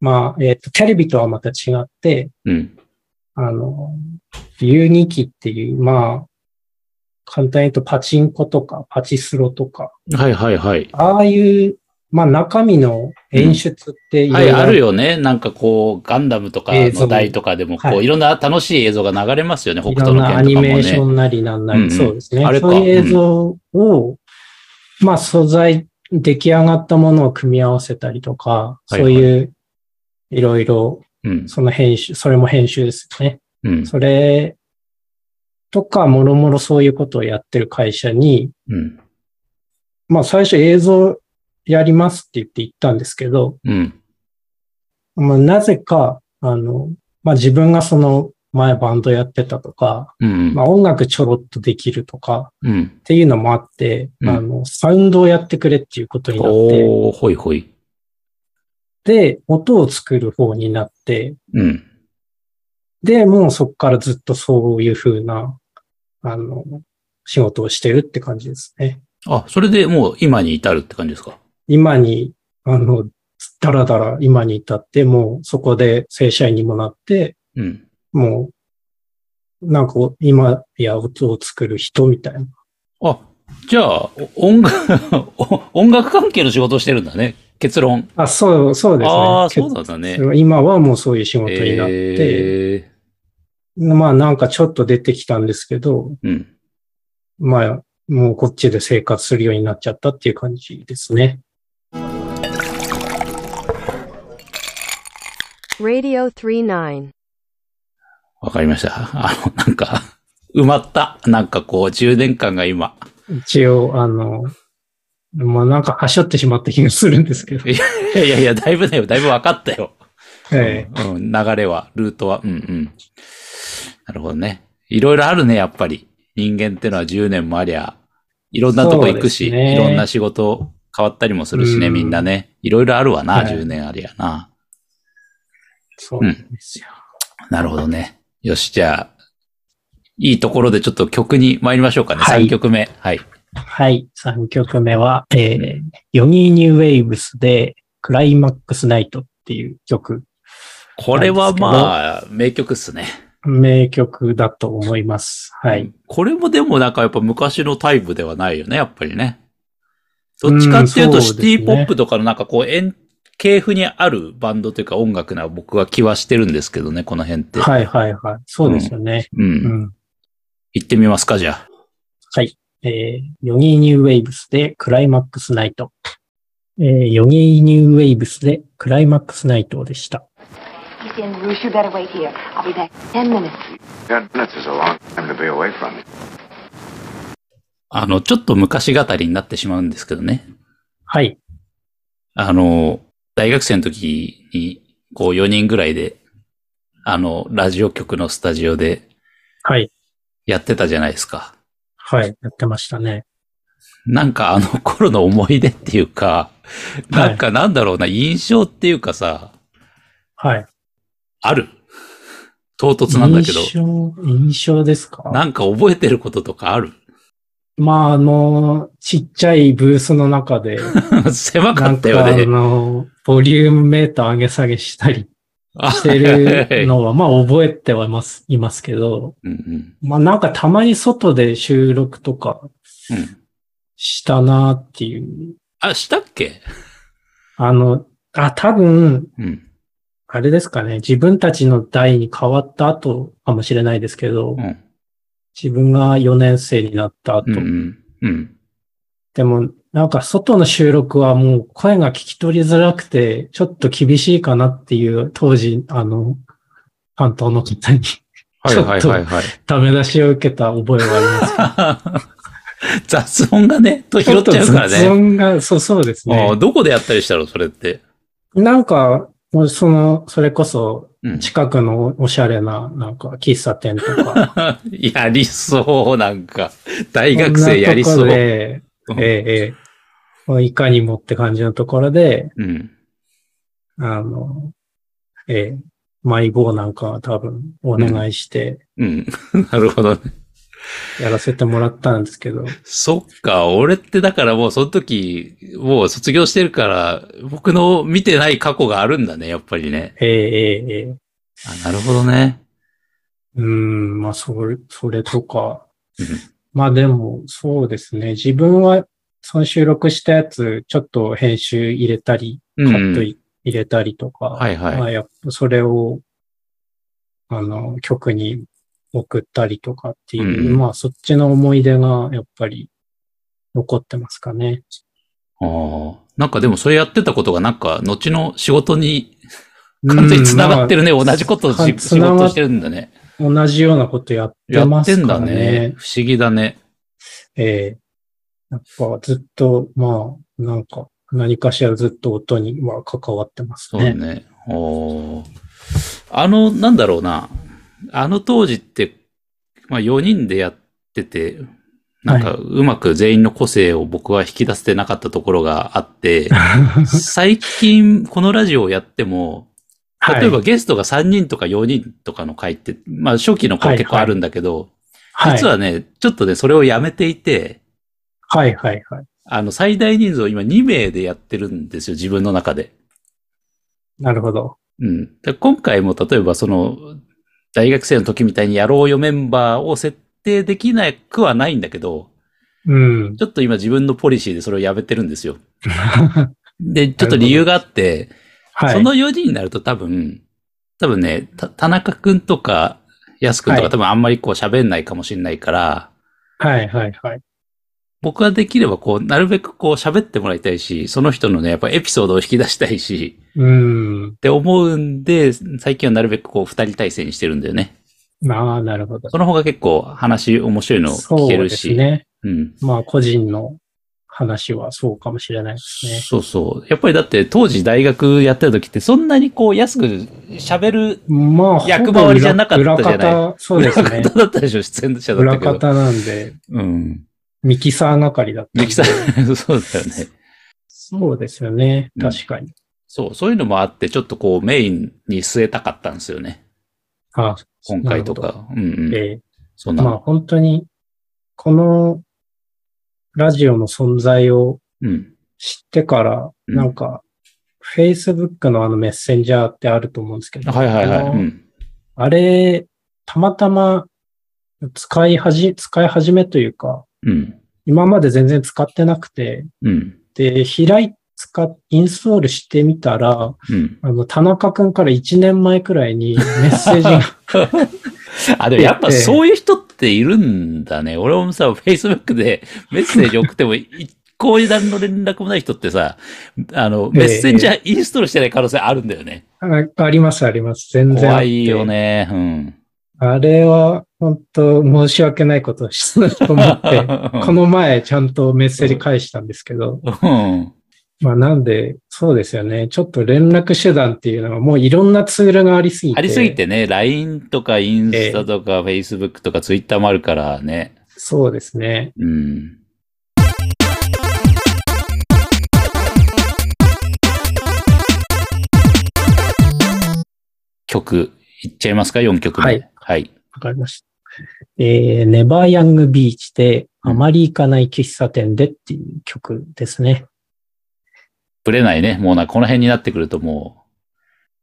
Speaker 3: まあ、えっ、と、テレビとはまた違って、
Speaker 2: うん。
Speaker 3: あの、ユニキっていう、まあ、簡単に言うとパチンコとかパチスロとか、
Speaker 2: はいはいはい。
Speaker 3: ああいう、まあ中身の演出っていろ
Speaker 2: はいい、
Speaker 3: ろ
Speaker 2: あるよね。なんかこう、ガンダムとか
Speaker 3: 映像
Speaker 2: の台とかでも、こ
Speaker 3: は
Speaker 2: う、
Speaker 3: い
Speaker 2: いろんな楽しい映像が流れますよね、北
Speaker 3: い
Speaker 2: 斗
Speaker 3: ろん
Speaker 2: の
Speaker 3: な
Speaker 2: 拳
Speaker 3: ア
Speaker 2: と
Speaker 3: ニ
Speaker 2: かも
Speaker 3: メーショ
Speaker 2: ね。
Speaker 3: ンなりなんな
Speaker 2: うんうん
Speaker 3: り、そうですね
Speaker 2: あれ。か
Speaker 3: そういう映像を、まあ素材、出来上がったものを組み合わせたりとか、
Speaker 2: いは
Speaker 3: そ
Speaker 2: いう
Speaker 3: いう、いろいろ、
Speaker 2: うん。
Speaker 3: その編集、それも編集ですね。
Speaker 2: うん。
Speaker 3: それとか、もろもろそういうことをやってる会社に、
Speaker 2: うん。
Speaker 3: まあ最初映像やりますって言って行ったんですけど、
Speaker 2: うん。
Speaker 3: まあなぜか、あの、まあ自分がその前バンドやってたとか、
Speaker 2: うん。
Speaker 3: まあ音楽ちょろっとできるとか、
Speaker 2: うん。
Speaker 3: っていうのもあって、
Speaker 2: うん
Speaker 3: あの、サウンドをやってくれっていうことになっ
Speaker 2: おー、ほいほい。
Speaker 3: て、で、音を作る方になって、
Speaker 2: うん。
Speaker 3: で、もうそこからずっとそういう風な、あの、仕事をしてるって感じですね。
Speaker 2: あ、それでもう今に至るって感じですか
Speaker 3: 今に、あの、だらだら今に至って、もうそこで正社員にもなって、
Speaker 2: うん。
Speaker 3: もう、なんか今や音を作る人みたいな。
Speaker 2: あ、じゃあ、お音楽、 お音楽関係の仕事をしてるんだね。結論。
Speaker 3: あ、そう、そうですね。
Speaker 2: ああ、そうなんだね。
Speaker 3: 今はもうそういう仕事になって、
Speaker 2: え
Speaker 3: まあなんかちょっと出てきたんですけど、
Speaker 2: ーうん。
Speaker 3: まあもうこっちで生活するようになっちゃったっていう感じですね。
Speaker 5: Radio 39.
Speaker 2: わかりました。あの、なんか、埋まった。なんかこう、充電感が今。
Speaker 3: 一応、あの、まあなんかはしょってしまった気がするんですけど。
Speaker 2: いやいやいや、だいぶだよ。だいぶ分かったよ。
Speaker 3: ええ
Speaker 2: うん、流れは、ルートは。うんうん。なるほどね。いろいろあるね、やっぱり。人間ってのは10年もありゃ、いろんなとこ行くし、
Speaker 3: そうですね
Speaker 2: いろんな仕事変わったりもするしね、
Speaker 3: うん
Speaker 2: みんなね。いろいろあるわな、
Speaker 3: はい
Speaker 2: 10年ありゃな。
Speaker 3: そうなんですよ。
Speaker 2: なるほどね。よし、じゃあ、いいところでちょっと曲に参りましょうかね。
Speaker 3: はい
Speaker 2: 3曲目。はい。
Speaker 3: はい。3曲目は、えー、ヨニーニューウェイブスでクライマックスナイトっていう曲、
Speaker 2: これはまあ、名曲っすね。
Speaker 3: 名曲だと思います。はい。。
Speaker 2: これもでもなんかやっぱ昔のタイプではないよね、やっぱりね。どっちかっていう
Speaker 3: う
Speaker 2: と
Speaker 3: ん
Speaker 2: シ
Speaker 3: そうです
Speaker 2: テ
Speaker 3: ね
Speaker 2: ィポップとかのなんかこう円系譜にあるバンドというか音楽な僕は気はしてるんですけどね、この辺って。
Speaker 3: はいはいはい。そうですよね。
Speaker 2: う。
Speaker 3: うんん。
Speaker 2: 行ってみますか、じゃあ。
Speaker 3: えーヨギーニューウェイブスでクライマックスナイト。えーヨギーニューウェイブスでクライマックスナイトでした。
Speaker 6: He's in Bruce. You better wait here. I'll be back in ten minutes.
Speaker 7: Ten minutes is a long time to be away from me.
Speaker 2: あの、ちょっと昔語りになってしまうんですけどね。
Speaker 3: はい。
Speaker 2: あの、大学生の時に、こう4人ぐらいで、あの、ラジオ局のスタジオで
Speaker 3: はい。
Speaker 2: やってたじゃないですか。
Speaker 3: はい。やってましたね。
Speaker 2: なんかあの頃の思い出っていうか、
Speaker 3: はい
Speaker 2: なんかなんだろうな、印象っていうかさ、
Speaker 3: はい。
Speaker 2: ある。唐突なんだけど、
Speaker 3: 印象、印象ですか
Speaker 2: なんか覚えてることとかある
Speaker 3: まあ、あの、ちっちゃいブースの 中で、
Speaker 2: 狭か
Speaker 3: な
Speaker 2: っ
Speaker 3: ん
Speaker 2: た
Speaker 3: か
Speaker 2: よ
Speaker 3: あ
Speaker 2: ね。
Speaker 3: の、ボリュームメーター上げ下げしたり
Speaker 2: あ
Speaker 3: してるのは、まあ覚えてはいます、いますけど、
Speaker 2: うんうん
Speaker 3: まあなんかたまに外で収録とか
Speaker 2: うん
Speaker 3: したなっていう
Speaker 2: あ、したっけ
Speaker 3: あの、あ、多分、
Speaker 2: うん。
Speaker 3: あれですかね。自分たちの代に変わった後かもしれないですけど、
Speaker 2: うん。
Speaker 3: 自分が4年生になった後。
Speaker 2: うんうん。うん。
Speaker 3: でも、なんか外の収録はもう声が聞き取りづらくて、ちょっと厳しいかなっていう、当時、あの、担当の方に
Speaker 2: はいはいはいはい。
Speaker 3: ダメ出しを受けた覚えはあります。
Speaker 2: 雑音がね、と拾っちゃうから
Speaker 3: ちょっと雑
Speaker 2: ね。
Speaker 3: 音が、そう、そうです
Speaker 2: あー
Speaker 3: ね。
Speaker 2: どこでやったりしたのそれって。
Speaker 3: なんか、もうその、それこそ、
Speaker 2: うん。
Speaker 3: 近くのおしゃれな、なんか、喫茶店とか、
Speaker 2: やりそう、なんか。大学生やりそ
Speaker 3: こ
Speaker 2: うん
Speaker 3: なとこ。で
Speaker 2: うん
Speaker 3: ええええいかにもって感じのところで、
Speaker 2: うん。
Speaker 3: あの、ええ迷子なんかは多分お願いして
Speaker 2: うん。なるほどね。
Speaker 3: やらせてもらったんですけど、
Speaker 2: そっか、俺ってだからもうその時、もう卒業してるから、僕の見てない過去があるんだね、やっぱりね。
Speaker 3: ええええええ
Speaker 2: あなるほどね。
Speaker 3: うーん、まあ、それ、それとか
Speaker 2: うん。
Speaker 3: まあでも、そうですね。自分は、その収録したやつ、ちょっと編集入れたり、
Speaker 2: う
Speaker 3: カ
Speaker 2: ん
Speaker 3: ットい入れたりとか、
Speaker 2: はいはい
Speaker 3: まあやっぱそれを、あの、曲に送ったりとかっていう、
Speaker 2: うん
Speaker 3: まあそっちの思い出がやっぱり残ってますかね。
Speaker 2: ああ。なんかでもそれやってたことがなんか、後の仕事に完全に繋がってるね。同じことを
Speaker 3: か
Speaker 2: し仕
Speaker 3: 繋が
Speaker 2: 事してるんだね。
Speaker 3: うん。同じようなことやって
Speaker 2: や
Speaker 3: ま
Speaker 2: って
Speaker 3: す
Speaker 2: ん
Speaker 3: か
Speaker 2: だ
Speaker 3: らね。
Speaker 2: ね。不思議だね。
Speaker 3: ええやっぱずっと、まあ、なんか、何かしらずっと音には関わってます
Speaker 2: そうね。
Speaker 3: ね。
Speaker 2: おーあの、なんだろうな。あの当時って、まあ4人でやってて、なんかうまく全員の個性を僕は引き出せてなかったところがあ って、最近このラジオをやっても、
Speaker 3: はい
Speaker 2: 例えばゲストが3人とか4人とかの回って、まあ初期の頃結構あるんだけど、
Speaker 3: はい、
Speaker 2: 実はね、ちょっとね、それをやめていて、
Speaker 3: はいはいはい。
Speaker 2: あの最大人数を今2名でやってるんですよ、自分の中で。
Speaker 3: なるほど。
Speaker 2: うん。で今回も例えばその、大学生の時みたいにやろうよメンバーを設定できなくはないんだけど、
Speaker 3: うん。
Speaker 2: ちょっと今自分のポリシーでそれをやめてるん ですよ。で、ちょっと理由があって、
Speaker 3: はい。
Speaker 2: その4人になると多分、多分ね、た田中くんとか、やすくんと
Speaker 3: は
Speaker 2: か
Speaker 3: い
Speaker 2: 多分あんまりこう喋んないかもしれないから、
Speaker 3: はいはいはい。
Speaker 2: 僕はできればこう、なるべくこう喋ってもらいたいし、その人のね、やっぱエピソードを引き出したいし、
Speaker 3: うん
Speaker 2: っ。て思うんで、最近はなるべくこう、二人体制にしてるんだよね。
Speaker 3: ああ、なるほど。
Speaker 2: その方が結構話面白いの聞ける
Speaker 3: そうです
Speaker 2: し。
Speaker 3: ね。
Speaker 2: うん。
Speaker 3: まあ、個人の話はそうかもしれないですね。
Speaker 2: そうそう。やっぱりだって当時大学やってた時ってそんなにこう安く喋る
Speaker 3: まあ、
Speaker 2: 役回りじゃなかったじゃない
Speaker 3: ほぼ裏裏方、そうで す
Speaker 2: 裏
Speaker 3: ね。
Speaker 2: 方だったでしょ、出演者だった
Speaker 3: 裏
Speaker 2: けど。
Speaker 3: 方なんで、
Speaker 2: うん。
Speaker 3: ミキサー係だったんで。
Speaker 2: ミキサー、 そうだよね。
Speaker 3: そうですよね
Speaker 2: う。ん
Speaker 3: 確かに。
Speaker 2: そう、そういうのもあって、ちょっとこうメインに据えたかったんですよね。
Speaker 3: あ
Speaker 2: 今回とか。うんうん。
Speaker 3: で、
Speaker 2: そうな
Speaker 3: まあ
Speaker 2: の。
Speaker 3: 本当に、このラジオの存在を
Speaker 2: うん。
Speaker 3: 知ってから、
Speaker 2: うん
Speaker 3: なんか、Facebook のあのメッセンジャーってあると思うんですけど、
Speaker 2: はいはいはい。
Speaker 3: あの
Speaker 2: うん。
Speaker 3: あれ、たまたま使いはじ、使い始めというか、
Speaker 2: うん。
Speaker 3: 今まで全然使ってなくて、
Speaker 2: うん。
Speaker 3: で、開い、使っ、インストールしてみたら、
Speaker 2: うん。
Speaker 3: あの、田中くんから1年前くらいにメッセージが、
Speaker 2: あ、でもやっぱそういう人っているんだね。俺もさ、Facebook でメッセージ送っても、一向に何の連絡もない人ってさ、あの、
Speaker 3: ええ
Speaker 2: メッセンジャーインストールしてない可能性あるんだよね。
Speaker 3: あ ありますあります。全然あっ
Speaker 2: 怖
Speaker 3: て
Speaker 2: いよね。うん。
Speaker 3: あれは、本当申し訳ないことをしたと 思って、この前ちゃんとメッセージ返したんですけど、
Speaker 2: うん。
Speaker 3: まあなんで、そうですよね。ちょっと連絡手段っていうのはもういろんなツールがありすぎて。
Speaker 2: ありすぎ。てね、LINE とかインスタとか Facebook とか Twitter もあるからね。
Speaker 3: そうですね。
Speaker 2: うん。曲、いっちゃいますか ?4 曲目。
Speaker 3: はい。
Speaker 2: はい。
Speaker 3: わかりました。えー、ネバーヤングビーチで、あまり行かない喫茶店でっていう曲ですね。
Speaker 2: ぶれないね。もうな、この辺になってくるとも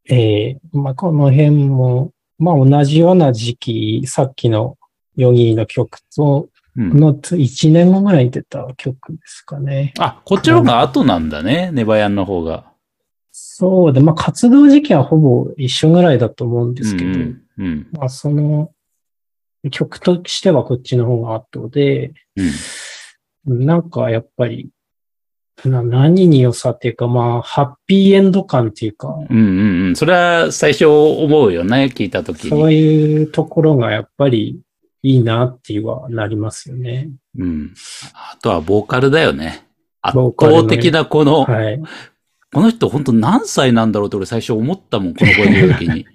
Speaker 3: えー、まあ、この辺も、まあ、同じような時期、さっきのヨギーの曲と、
Speaker 2: う、うん
Speaker 3: の1年後ぐらいに出た曲ですかね。
Speaker 2: あ、こっちの方が後なんだね。ネバヤンの方が。
Speaker 3: そうで、まあ、活動時期はほぼ一緒ぐらいだと思うんですけど、
Speaker 2: うんうん。うん。
Speaker 3: まあ、その、曲としてはこっちの方が後で、
Speaker 2: うん
Speaker 3: なんかやっぱり、な何に良さっていうか、まあ、ハッピーエンド感っていうか、
Speaker 2: うんうんうん。それは最初思うよね。聞いたときに。
Speaker 3: そういうところがやっぱりいいなっていうはなりますよね。
Speaker 2: うん。あとはボーカルだよね。圧
Speaker 3: ボーカルの
Speaker 2: 倒的なこの、
Speaker 3: はい。
Speaker 2: この人本当何歳なんだろうって俺最初思ったもん、この声で言うとき に。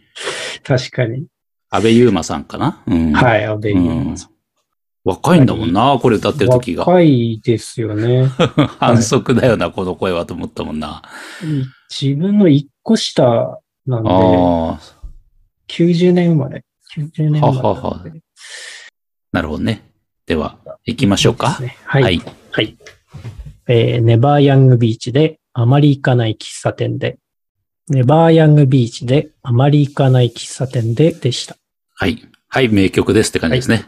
Speaker 3: 確かに。
Speaker 2: 安倍優馬さんかなうん。
Speaker 3: はい、安倍
Speaker 2: う
Speaker 3: 祐馬
Speaker 2: ん
Speaker 3: さん。
Speaker 2: 若いんだもんな、これ歌ってる時が。
Speaker 3: 若いですよ ね。
Speaker 2: 反則だよな、この声はと思ったもんな。
Speaker 3: 自分の一個下なんで、
Speaker 2: ああ、
Speaker 3: 90年生まれ。90年生まれなんで。
Speaker 2: はははなるほどね。では、行きましょうか
Speaker 3: です。ねはい。
Speaker 2: はい
Speaker 3: はいえーネバーヤングビーチで、あまり行かない喫茶店で。ネバーヤングビーチで、あまり行かない喫茶店ででした。
Speaker 2: はい。はい、名曲ですって感じですね。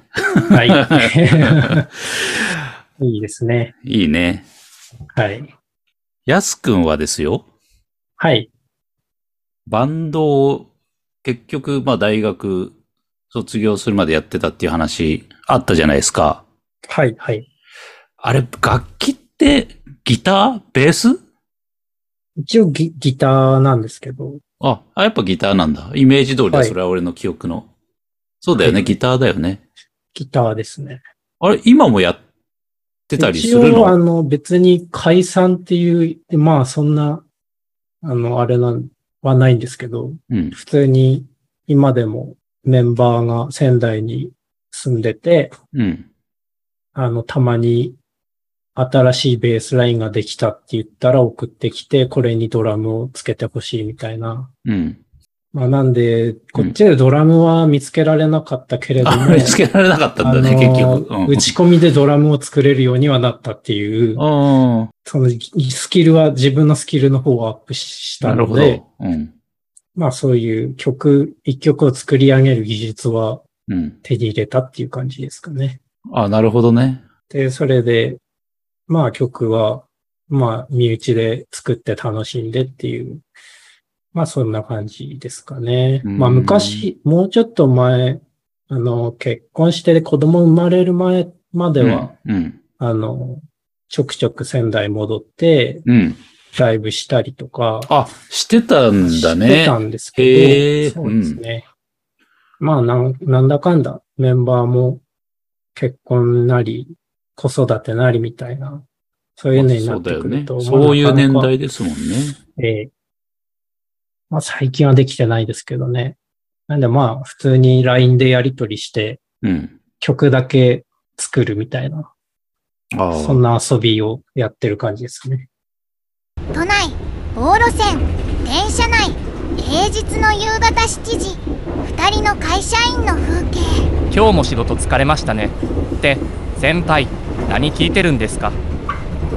Speaker 3: はい。いいですね。
Speaker 2: いいね。
Speaker 3: はい。
Speaker 2: やすくんはですよ。
Speaker 3: はい。
Speaker 2: バンドを結局、まあ大学卒業するまでやってたっていう話あったじゃないですか。
Speaker 3: はい。はい。
Speaker 2: あれ、楽器ってギターベース
Speaker 3: 一応ギギターなんですけど、
Speaker 2: あ、あやっぱギターなんだ。イメージ通りだ。
Speaker 3: はい
Speaker 2: それは俺の記憶の。そうだよね、
Speaker 3: はい
Speaker 2: ギターだよね。
Speaker 3: ギターですね。
Speaker 2: あれ、今もやってたりする
Speaker 3: 一応、あ
Speaker 2: の
Speaker 3: の、別に解散っていう、まあ、そんな、あの、あれなん、はないんですけど、
Speaker 2: うん。
Speaker 3: 普通に今でもメンバーが仙台に住んでて、
Speaker 2: うん。
Speaker 3: あの、たまに新しいベースラインができたって言ったら送ってきて、これにドラムをつけてほしいみたいな。
Speaker 2: うん。
Speaker 3: まあ、なんで、こっちでドラムは見つけられなかったけれども、
Speaker 2: あ、見つけられなかったんだね、
Speaker 3: あ
Speaker 2: 結
Speaker 3: のー
Speaker 2: 局。うん。
Speaker 3: 打ち込みでドラムを作れるようにはなったっていう、
Speaker 2: あ
Speaker 3: そのスキルは、自分のスキルの方をアップし
Speaker 2: あ、
Speaker 3: た
Speaker 2: なる
Speaker 3: の
Speaker 2: ほ
Speaker 3: で、
Speaker 2: ど。うん。
Speaker 3: まあそういう曲、一曲を作り上げる技術は
Speaker 2: うん。
Speaker 3: 手に入れたっていう感じですかね。
Speaker 2: あ、なるほどね。
Speaker 3: で、それで、まあ曲は、まあ身内で作って楽しんでっていう、まあそんな感じですかね。
Speaker 2: うん
Speaker 3: まあ昔、もうちょっと前、あの、結婚して子供生まれる前までは、
Speaker 2: うん。
Speaker 3: あの、ちょくちょく仙台戻って、
Speaker 2: うん。うん。
Speaker 3: ライブしたりとか、
Speaker 2: あ、してたんだ
Speaker 3: して
Speaker 2: ね。
Speaker 3: たんです
Speaker 2: へー
Speaker 3: けど、そうですね。まあなん、なんだかんだメンバーも結婚なり、子育てなりみたいな、そういうのになってくると、
Speaker 2: そうだよね。そういう年
Speaker 3: まあなかな
Speaker 2: 代ですもんね。
Speaker 3: かええまあ最近はできてないですけどね。なんでまあ普通に LINE でやり取りして
Speaker 2: うん。
Speaker 3: 曲だけ作るみたいな、
Speaker 2: あ
Speaker 3: そんな遊びをやってる感じですね。
Speaker 1: 都内道路線電車内平日の夕方7時2人の会社員の風景
Speaker 8: 今日も仕事疲れましたねって先輩何聞いてるんですか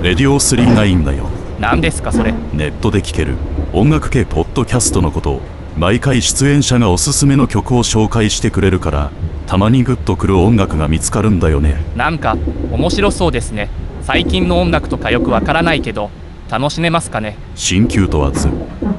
Speaker 9: レディオ39だよ。
Speaker 8: 何ですかそれ
Speaker 9: ネットで聴ける音楽系ポッドキャストのことを毎回出演者がおすすめの曲を紹介してくれるからたまにグッとくる音楽が見つかるんだよね。
Speaker 8: なんか面白そうですね最近の音楽とかよくわからないけど楽しめますかね
Speaker 9: 新旧問わず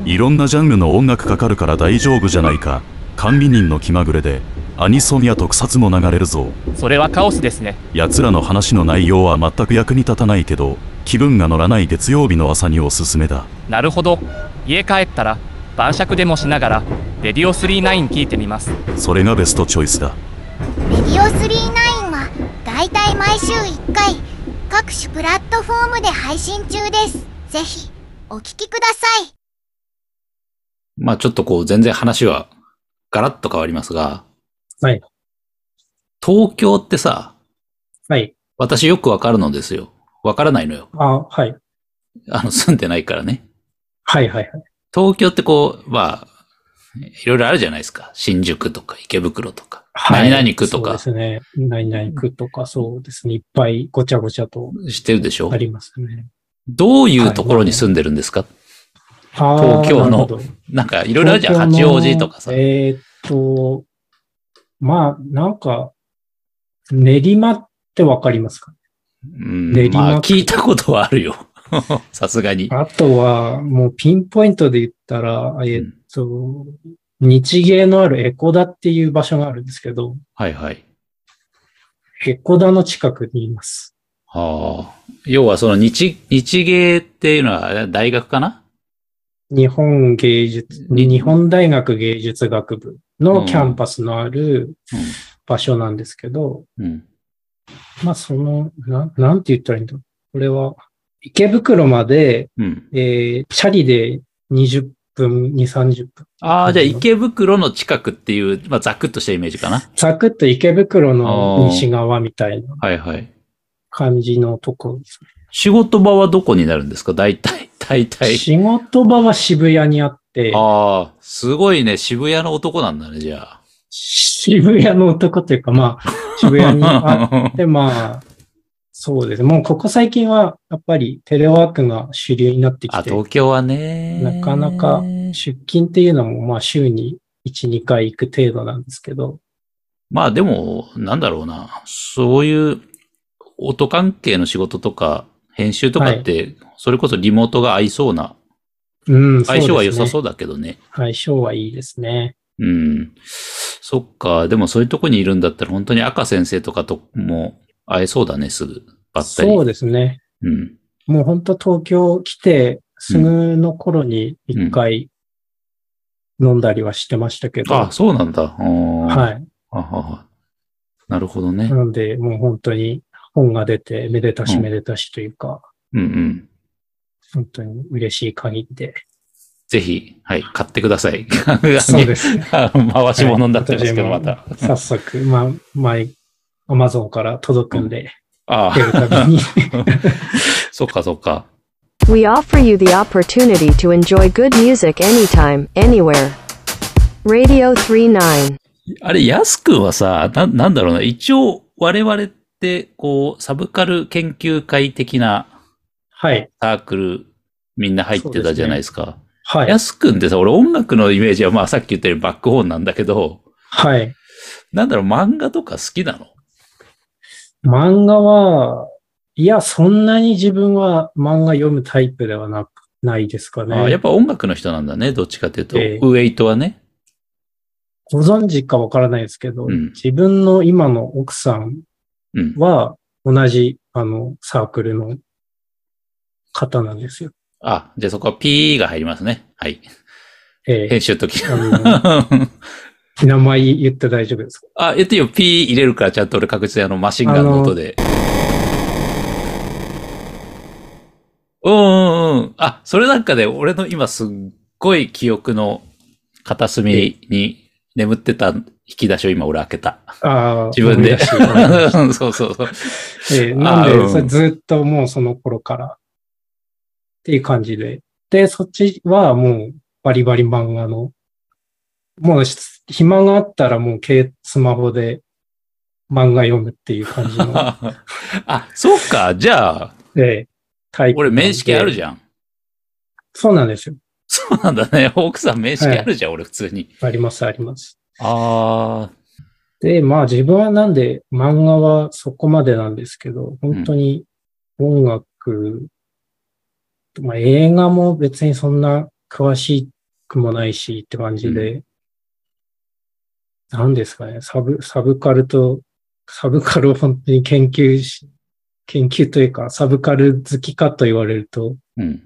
Speaker 9: いろんなジャンルの音楽かかるから大丈夫じゃないか管理人の気まぐれでアニソンや特撮も流れるぞ
Speaker 8: それはカオスですね
Speaker 9: 奴らの話の内容は全く役に立たないけど気分が乗らない月曜日の朝におすすめだ
Speaker 8: なるほど家帰ったら晩酌でもしながらレディオ39聞いてみます
Speaker 9: それがベストチョイスだ
Speaker 1: 「レディオ39」はだいたい毎週1回各種プラットフォームで配信中ですぜひお聞きください
Speaker 2: まあちょっとこう全然話はガラッと変わりますが、
Speaker 3: はい。
Speaker 2: 東京ってさ、
Speaker 3: はい。
Speaker 2: 私よくわかるのですよ。わからないのよ。
Speaker 3: あ、はい。
Speaker 2: あの、住んでないからね。
Speaker 3: はいはいはい。
Speaker 2: 東京ってこう、まあ、いろいろあるじゃないですか。新宿とか池袋とか、
Speaker 3: はい。
Speaker 2: 何々区とか
Speaker 3: そうですね。何々区とか、そうですね。いっぱいごちゃごちゃと
Speaker 2: してるでしょ
Speaker 3: ありますね。
Speaker 2: どういうところに住んでるんですか、
Speaker 3: あー
Speaker 2: 東京の
Speaker 3: なるほど
Speaker 2: なんかいろいろあるじゃん。
Speaker 3: 東
Speaker 2: 八
Speaker 3: 京の
Speaker 2: 王子とかさ。
Speaker 3: えーっと、まあ、なんか、練馬ってわかりますか
Speaker 2: うん
Speaker 3: 練。馬区
Speaker 2: まあ聞いたことはあるよ。 さすがに。
Speaker 3: あとは、もうピンポイントで言ったら、えーっと、日芸のあるエコダっていう場所があるんですけど、
Speaker 2: はいはい。
Speaker 3: エコダの近くにいます。
Speaker 2: はあ。要はその日、日芸っていうのは大学かな
Speaker 3: 日本芸術、
Speaker 2: に
Speaker 3: 日本大学芸術学部のキャンパスのある場所なんですけど、
Speaker 2: うん。うん。
Speaker 3: まあ、その、なん、なんて言ったらいいんだろう。これは、池袋まで、
Speaker 2: うん。
Speaker 3: えー、チャリで20分、2、30分。
Speaker 2: ああ、じゃあ池袋の近くっていう、まあざくっとしたイメージかな。
Speaker 3: ざくっと池袋
Speaker 2: あー
Speaker 3: の西側みたいな
Speaker 2: はいはい。
Speaker 3: 感じのところですね。
Speaker 2: 仕事場はどこになるんですか大体、大体。
Speaker 3: 仕事場は渋谷にあって、
Speaker 2: ああ、すごいね。渋谷の男なんだね、じゃあ。
Speaker 3: 渋谷の男というか、まあ、渋谷 にあって、まあ、そうです。もうここ最近は、やっぱりテレワークが主流になって
Speaker 2: あ、
Speaker 3: きて、
Speaker 2: 東京はね。
Speaker 3: なかなか出勤っていうのも、まあ、週に1、2回行く程度なんですけど、
Speaker 2: まあでも、なんだろうな。そういう音関係の仕事とか、編集とかって、それこそリモートが合いそうな、
Speaker 3: うん、
Speaker 2: 相性は良さ
Speaker 3: う
Speaker 2: そうだけどね。
Speaker 3: ですね。相性はいいですね。
Speaker 2: うん。そっか。でもそういうとこにいるんだったら本当に赤先生とかとも会えそうだね、すぐ。ばったり。
Speaker 3: そうですね。
Speaker 2: うん。
Speaker 3: もう本当東京来てすぐの頃に一回飲んだりはしてましたけど、
Speaker 2: あ、そうなんだ。は。
Speaker 3: はいい。
Speaker 2: あははなるほどね
Speaker 3: な。ので、もう本当に本が出て、めでたしめでたしというか、
Speaker 2: うんうん。
Speaker 3: 本当に嬉しい限りで。
Speaker 2: ぜひ、はい、買ってください。
Speaker 3: そうですね。
Speaker 2: あの回し物になってますけど、
Speaker 3: は
Speaker 2: ま
Speaker 3: い
Speaker 2: た。
Speaker 3: 早速、ま、前、アマゾンから届くんで、
Speaker 2: ああ
Speaker 3: 出、るたび に。
Speaker 2: そっかそっか。
Speaker 5: We offer you the opportunity to enjoy good music anytime, anywhere. Radio 39.
Speaker 2: あれ、やすくんはさ、な、なんだろうな、一応、我々って、こう、サブカル研究会的な
Speaker 3: はい。
Speaker 2: サークル、みんな入ってたじゃないですか。
Speaker 3: はい。
Speaker 2: 安くんってさ、俺音楽のイメージはまあさっき言ったようにバックホーンなんだけど、
Speaker 3: はい。
Speaker 2: なんだろう、漫画とか好きなの
Speaker 3: 漫画は、いや、そんなに自分は漫画読むタイプではなく、ないですか
Speaker 2: ああやっ
Speaker 3: ね。
Speaker 2: ぱ音楽の人なんだね、どっちかというと。
Speaker 3: ええ
Speaker 2: ウェイトはね。
Speaker 3: ご存知かわからないですけど、
Speaker 2: うん
Speaker 3: 自分の今の奥さん
Speaker 2: うん。
Speaker 3: は同じ、あの、サークルの方なんですよ。
Speaker 2: あ、じゃあそこは P が入りますね。はい。
Speaker 3: ええ
Speaker 2: 編集の時。
Speaker 3: あの 名前言って大丈夫ですか
Speaker 2: あ、言っていいよ、P 入れるからちゃんと俺確実にあのマシンガンの音で。うんうんうん。あ、それなんかで俺の今すっごい記憶の片隅に眠ってた引き出しを今俺開けた。
Speaker 3: ああ、
Speaker 2: 自分で
Speaker 3: 思い出してもらいまし。
Speaker 2: そうそうそう。
Speaker 3: たええなんで、それずっともうその頃からっていう感じで。で、そっちはもうバリバリ漫画の、もうし暇があったらもう携スマホで漫画読むっていう感 じの、
Speaker 2: あ、そうか。じゃあ、
Speaker 3: ええタイプ。
Speaker 2: 俺面識ある
Speaker 3: ゃんで。
Speaker 2: じゃん。
Speaker 3: そうなんですよ。
Speaker 2: そうなんだね。奥さん面識あるじゃん、俺普通に。
Speaker 3: あります、あります。
Speaker 2: あ
Speaker 3: で、まあ自分はなんで漫画はそこまでなんですけど、本当に音楽、まあ映画も別にそんな詳しくもないしって感じで、なんですかね、サブ、サブカルと、サブカルを本当に研究し、研究というか、サブカル好きかと言われると、好
Speaker 2: あ。うん。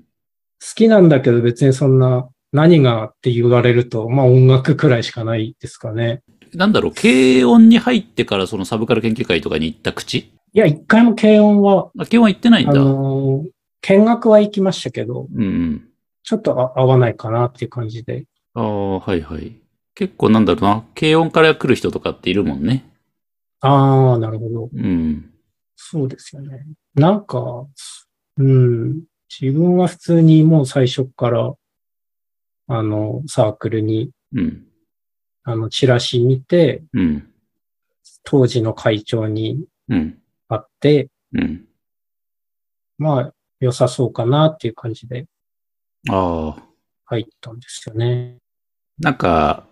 Speaker 3: きなんだけど別にそんな何がって言われると、まあ音楽くらいしかないですかね。
Speaker 2: なんだろう、軽音に入ってからそのサブカル研究会とかに行った口
Speaker 3: いや、一回も軽音は、
Speaker 2: あ軽音は行ってないん
Speaker 3: あ
Speaker 2: だ。
Speaker 3: のー見学は行きましたけど、
Speaker 2: うんうん。
Speaker 3: ちょっとあ合わないかなっていう感じで。
Speaker 2: ああ、はいはい。結構なんだろうな、軽音から来る人とかっているもんね。
Speaker 3: ああ、なるほど。
Speaker 2: うん。
Speaker 3: そうですよね。なんか、うん、自分は普通にもう最初から、あの、サークルに、
Speaker 2: うん。
Speaker 3: あの、チラシ見て、
Speaker 2: うん。
Speaker 3: 当時の会長に
Speaker 2: うん。
Speaker 3: 会って、
Speaker 2: うん。
Speaker 3: まあ、良さそうかなっていう感じで
Speaker 2: ああ。
Speaker 3: 入ったんですよね。
Speaker 2: なんか、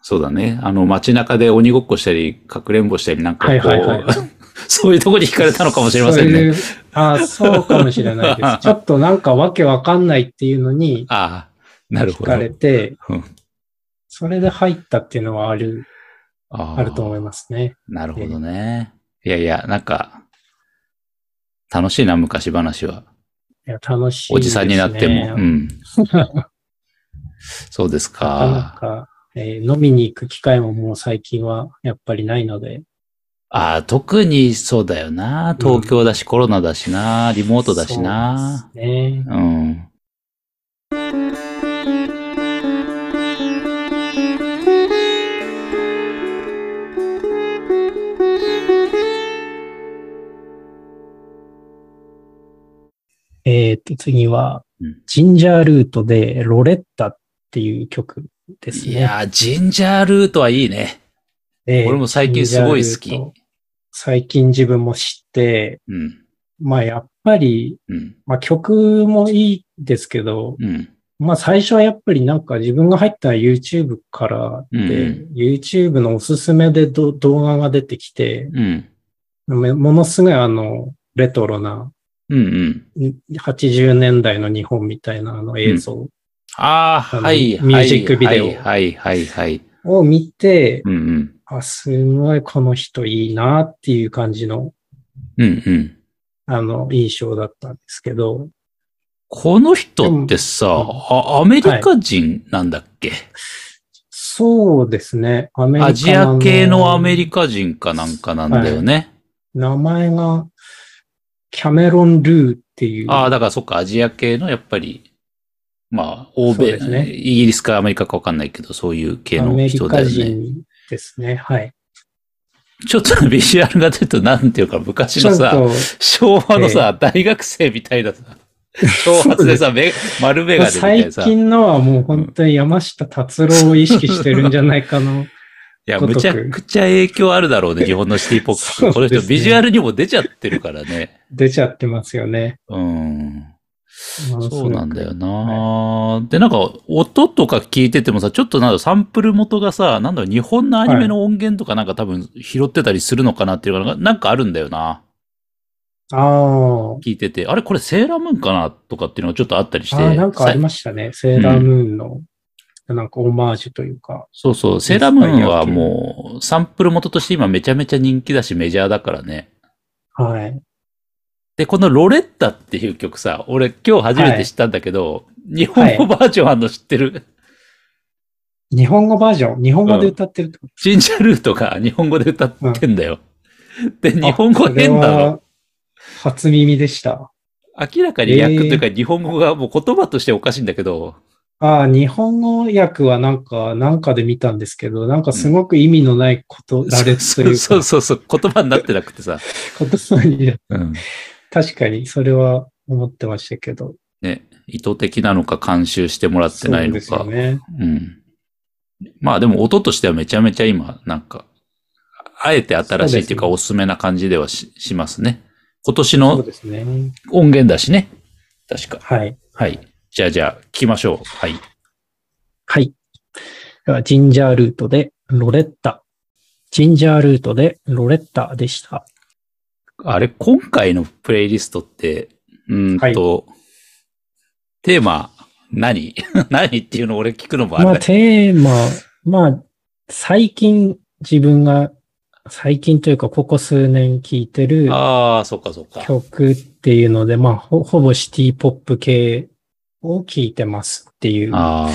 Speaker 2: そうだね。あの、街中で鬼ごっこしたり、かくれんぼしたり、なんかこう、
Speaker 3: はいはいはい
Speaker 2: そういうとこに惹かれたのかもしれません
Speaker 3: そう
Speaker 2: ね。
Speaker 3: いう。ああ、そうかもしれな いです。ちょっとなんかわけわかんないっていうのに
Speaker 2: ああ、なる
Speaker 3: 惹
Speaker 2: ほど。
Speaker 3: かれて
Speaker 2: うん、
Speaker 3: それで入ったっていうのはある、
Speaker 2: ああ
Speaker 3: あると思いますね。
Speaker 2: なるほどね。いやいや、なんか、楽しいな、昔話は。
Speaker 3: いや、楽しい、
Speaker 2: おじさんになっても。う。
Speaker 3: なん
Speaker 2: そうです
Speaker 3: か
Speaker 2: か。
Speaker 3: なか、えー飲みに行く機会ももう最近はやっぱりないので。
Speaker 2: ああ、特にそうだよな。東京だし、コロナだしな。リモートだしな。
Speaker 3: そうですね。
Speaker 2: うん。
Speaker 3: えー、と、次は
Speaker 2: うん、
Speaker 3: ジンジャールートでロレッタっていう曲ですね。
Speaker 2: いやー、ジンジャールートはいいね。
Speaker 3: えー
Speaker 2: 俺も最近すごい好き
Speaker 3: ジンジャールート最近自分も知って、
Speaker 2: うん。
Speaker 3: まあやっぱり、
Speaker 2: うん。
Speaker 3: まあ曲もいいですけど、
Speaker 2: うん。
Speaker 3: まあ最初はやっぱりなんか自分が入ったのは YouTube からで、
Speaker 2: う
Speaker 3: YouTube のおすすめでど動画が出てきて、
Speaker 2: うん。
Speaker 3: めものすごいあの、レトロな、
Speaker 2: うん。うん。
Speaker 3: ん80年代の日本みたいなあの映像
Speaker 2: ああ、
Speaker 3: あの
Speaker 2: はい。はい
Speaker 3: ミュージックビデオ
Speaker 2: はい、はい、はい。
Speaker 3: を見て、
Speaker 2: うん、うん。
Speaker 3: あ、すごいこの人いいなっていう感じの、
Speaker 2: うん、うん。
Speaker 3: あの、印象だったんですけど、
Speaker 2: この人ってさ、
Speaker 3: で
Speaker 2: あアメリカ人なんだっけ、
Speaker 3: そうですね、アメリカ
Speaker 2: アジア系のアメリ
Speaker 3: カ。
Speaker 2: カ人かなんかなんだよね。
Speaker 3: 名前が、キャメロン・ルーっていう。
Speaker 2: ああ、だからそっか、アジア系のやっぱり、まあ、欧
Speaker 3: そう
Speaker 2: 米、
Speaker 3: ですね
Speaker 2: イギリスかアメリカかわかんないけど、そういう系
Speaker 3: ア
Speaker 2: の
Speaker 3: メリ
Speaker 2: 人だ
Speaker 3: カ
Speaker 2: よね。
Speaker 3: 人ですね。はい。
Speaker 2: ちょっとビジュアルが出ると、なんていうか、昔のさ、
Speaker 3: ち
Speaker 2: 昭和のさ、大学生みたいなさ、
Speaker 3: ょ
Speaker 2: 挑
Speaker 3: っと
Speaker 2: 発でさ、め丸眼
Speaker 3: まあ
Speaker 2: 鏡みたいな
Speaker 3: 最
Speaker 2: さ、
Speaker 3: 近のはもう本当に山下達郎を意識してるんじゃないか の。
Speaker 2: いや、
Speaker 3: ごと
Speaker 2: む
Speaker 3: く
Speaker 2: ちゃくちゃ影響あるだろうね、日本のシティポップ。こ
Speaker 3: そ
Speaker 2: の
Speaker 3: うですね
Speaker 2: 人、ビジュアルにも出ちゃってるからね。
Speaker 3: 出ちゃってますよね。
Speaker 2: うん。
Speaker 3: ものすごく
Speaker 2: そうなんだよな、で、なんか、音とか聞いててもさ、ちょっとなんだ、サンプル元がさ、なんだろう、日本のアニメの音源とかなんか多分拾ってたりするのかなっていうのが、なんかあるんだよな。
Speaker 3: あ
Speaker 2: 聞いてて、あれこれセーラームーンかなとかっていうのがちょっとあったりし
Speaker 3: あ。
Speaker 2: て。
Speaker 3: ああ、なんかあり
Speaker 2: さ
Speaker 3: ましたね。セーラームーンの、なんかオマージュというか。
Speaker 2: そうそう、セーラームーンはもう、サンプル元として今めちゃめちゃ人気だしメジャーだからね。
Speaker 3: はい。
Speaker 2: で、このロレッタっていう曲さ、俺今日初めて知ったんだけど、日本
Speaker 3: は
Speaker 2: 語バージョンあんの知ってる、
Speaker 3: 日本語バージョン日本語で歌ってるってこ
Speaker 2: ジンジャルートが日本語で歌ってんだよ。で、
Speaker 3: と
Speaker 2: 日本語変な
Speaker 3: あこれ
Speaker 2: の。
Speaker 3: は初耳でした。
Speaker 2: 明らかに訳というか日本語がもう言葉としておかしいんだけど、
Speaker 3: ああ、日本語訳はなんか、なんかで見たんですけど、なんかすごく意味のないこと、羅列
Speaker 2: そ
Speaker 3: というう
Speaker 2: そう
Speaker 3: か、
Speaker 2: そうそう、言葉になってなくてさ。
Speaker 3: 言 葉に、
Speaker 2: うん
Speaker 3: 確かにそれは思ってましたけど。
Speaker 2: ね、意図的なのか監修してもらってないの
Speaker 3: そ
Speaker 2: か。
Speaker 3: うですよね。
Speaker 2: うん。まあでも音としてはめちゃめちゃ今、なんか、あえて新しいっていうか
Speaker 3: そう
Speaker 2: お
Speaker 3: ですね
Speaker 2: すすめな感じではししますね。今年
Speaker 3: そう
Speaker 2: の
Speaker 3: ですね。
Speaker 2: 音源だしね。確か。
Speaker 3: はい。
Speaker 2: はい。じゃあじゃあ、聞きましょう。はい。
Speaker 3: はい。では、ジンジャールートでロレッタ。ジンジャールートでロレッタでした。
Speaker 2: あれ、今回のプレイリストって、うーんと、テーマ、何 何っていうの俺聞くのもあれ
Speaker 3: まあ、
Speaker 2: だけ
Speaker 3: テーマ、まあ、最近自分が、最近というか、ここ数年聴いてる
Speaker 2: ど。、ああ、そっかそっか。
Speaker 3: 曲っていうので、まあ、ほほぼシティポップ系を聴いてますっていう
Speaker 2: ああ。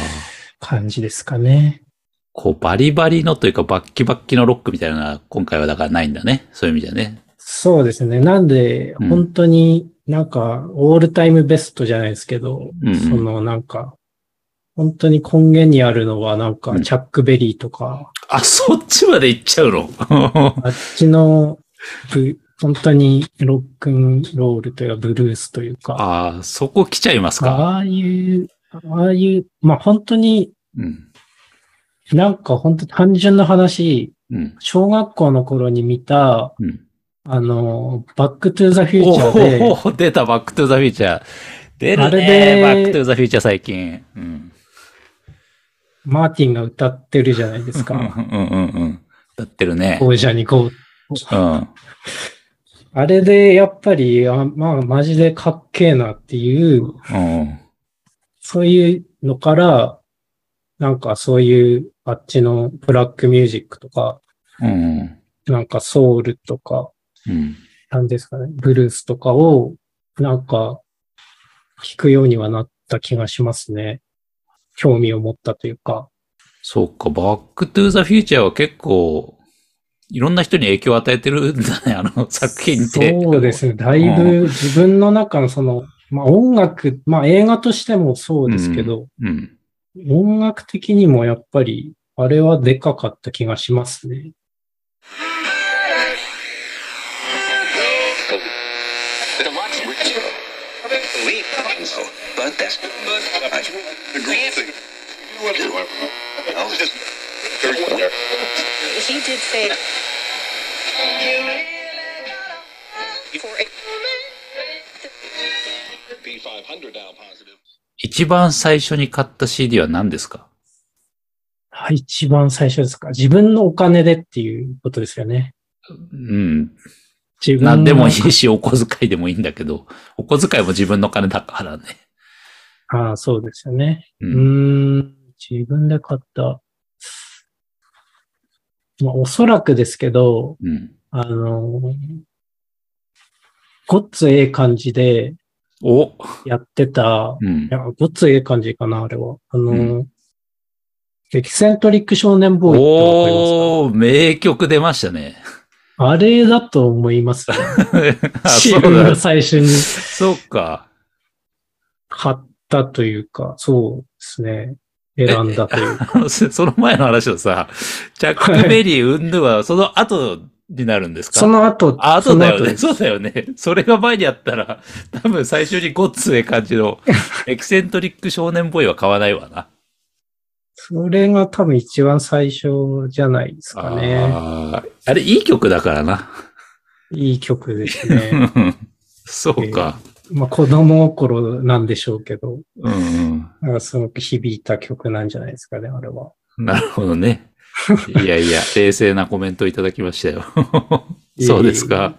Speaker 3: 感じですかね。
Speaker 2: こう、バリバリのというか、バッキバッキのロックみたいなのが、今回はだからないんだね。そういう意味じゃね。
Speaker 3: そうですね。なんで、
Speaker 2: うん
Speaker 3: 本当になんか、オールタイムベストじゃないですけど、
Speaker 2: うんうん
Speaker 3: そのなんか、本当に根源にあるのはなん
Speaker 2: う
Speaker 3: か、
Speaker 2: ん
Speaker 3: チャックベリーとか、
Speaker 2: あ、そっちまで行っちゃう の
Speaker 3: あっちのブ、本当にロックンロールというか、ブルースというか、
Speaker 2: ああ、そこ来ちゃいますか。
Speaker 3: ああいう、ああいう、まあ本当に、
Speaker 2: うん。
Speaker 3: なんか本当単純な話、
Speaker 2: うん。
Speaker 3: 小学校の頃に見た、
Speaker 2: うん。
Speaker 3: あの、バックトゥーザフュー
Speaker 2: お
Speaker 3: チャーで、
Speaker 2: お、出た、バックトゥーザフューチャー。出る
Speaker 3: あれ
Speaker 2: ね、
Speaker 3: で
Speaker 2: バックトゥーザフューチャー最近。うん。
Speaker 3: マーティンが歌ってるじゃないです
Speaker 2: うん
Speaker 3: か。
Speaker 2: うんうんうん。歌ってるね。
Speaker 3: 王者にこう。
Speaker 2: うん。
Speaker 3: あれで、やっぱり、あまあ、マジでかっけえなっていう、
Speaker 2: うん。
Speaker 3: そういうのから、なんかそういう、あっちのブラックミュージックとか、
Speaker 2: うん。
Speaker 3: なんかソウルとか、
Speaker 2: うん。
Speaker 3: なんですかね、ブルースとかを、なんか、聞くようにはなった気がしますね。興味を持ったというか。
Speaker 2: そうか、バックトゥーザフューチャーは結構、いろんな人に影響を与えてるんだね、あの作品って。
Speaker 3: そうですね。だい
Speaker 2: うん
Speaker 3: ぶ自分の中のその、まあ音楽、まあ映画としてもそうですけど、
Speaker 2: うん。
Speaker 3: 音楽的にもやっぱり、あれはでかかった気がしますね。
Speaker 10: But Oh, that's a great thing. He did say for a
Speaker 2: 一番最初に買った CD は何ですか
Speaker 3: はい、一番最初ですか。自分のお金でっていうことですよね。
Speaker 2: うん。
Speaker 3: 自分の
Speaker 2: 何でもいいし、お小遣いでもいいんだけど、お小遣いも自分の金だからね。
Speaker 3: ああ、そうですよね。
Speaker 2: う。
Speaker 3: うんーん、自分で買った。まあ、おそらくですけど、
Speaker 2: うん。
Speaker 3: あのごっつええ感じで
Speaker 2: お
Speaker 3: やってた、
Speaker 2: うん
Speaker 3: い。や、ごっつええ感じかな、あれは。あの、
Speaker 2: う
Speaker 3: エキセントリック少年ボーイってわかります
Speaker 2: おー、名曲出ましたね。
Speaker 3: かあれだと思います、ね。
Speaker 2: あそ
Speaker 3: 自
Speaker 2: う
Speaker 3: 分
Speaker 2: だ
Speaker 3: が。最初に
Speaker 2: そうか。
Speaker 3: 買ったというか、そうですね。選んだというか。
Speaker 2: あのそその前の話をさ、チャックベリー、うんぬは、その後になるんですか
Speaker 3: その後、
Speaker 2: あ、
Speaker 3: そ
Speaker 2: そう
Speaker 3: の
Speaker 2: だよね。
Speaker 3: です
Speaker 2: そうだよね。それが前にあったら、多分最初にごっつえ感じ の、エキセントリック少年ボーイは買わないわな。
Speaker 3: それが多分一番最初じゃないですかね。
Speaker 2: あーあれ、いい曲だからな。
Speaker 3: いい曲ですね。
Speaker 2: そうか。
Speaker 3: まあ子供心なんでしょうけど、
Speaker 2: うんうん。
Speaker 3: なんかすごく響いた曲なんじゃないですかね、あれは。
Speaker 2: なるほどね。いやいや、冷静なコメントいただきましたよ。 そうですか。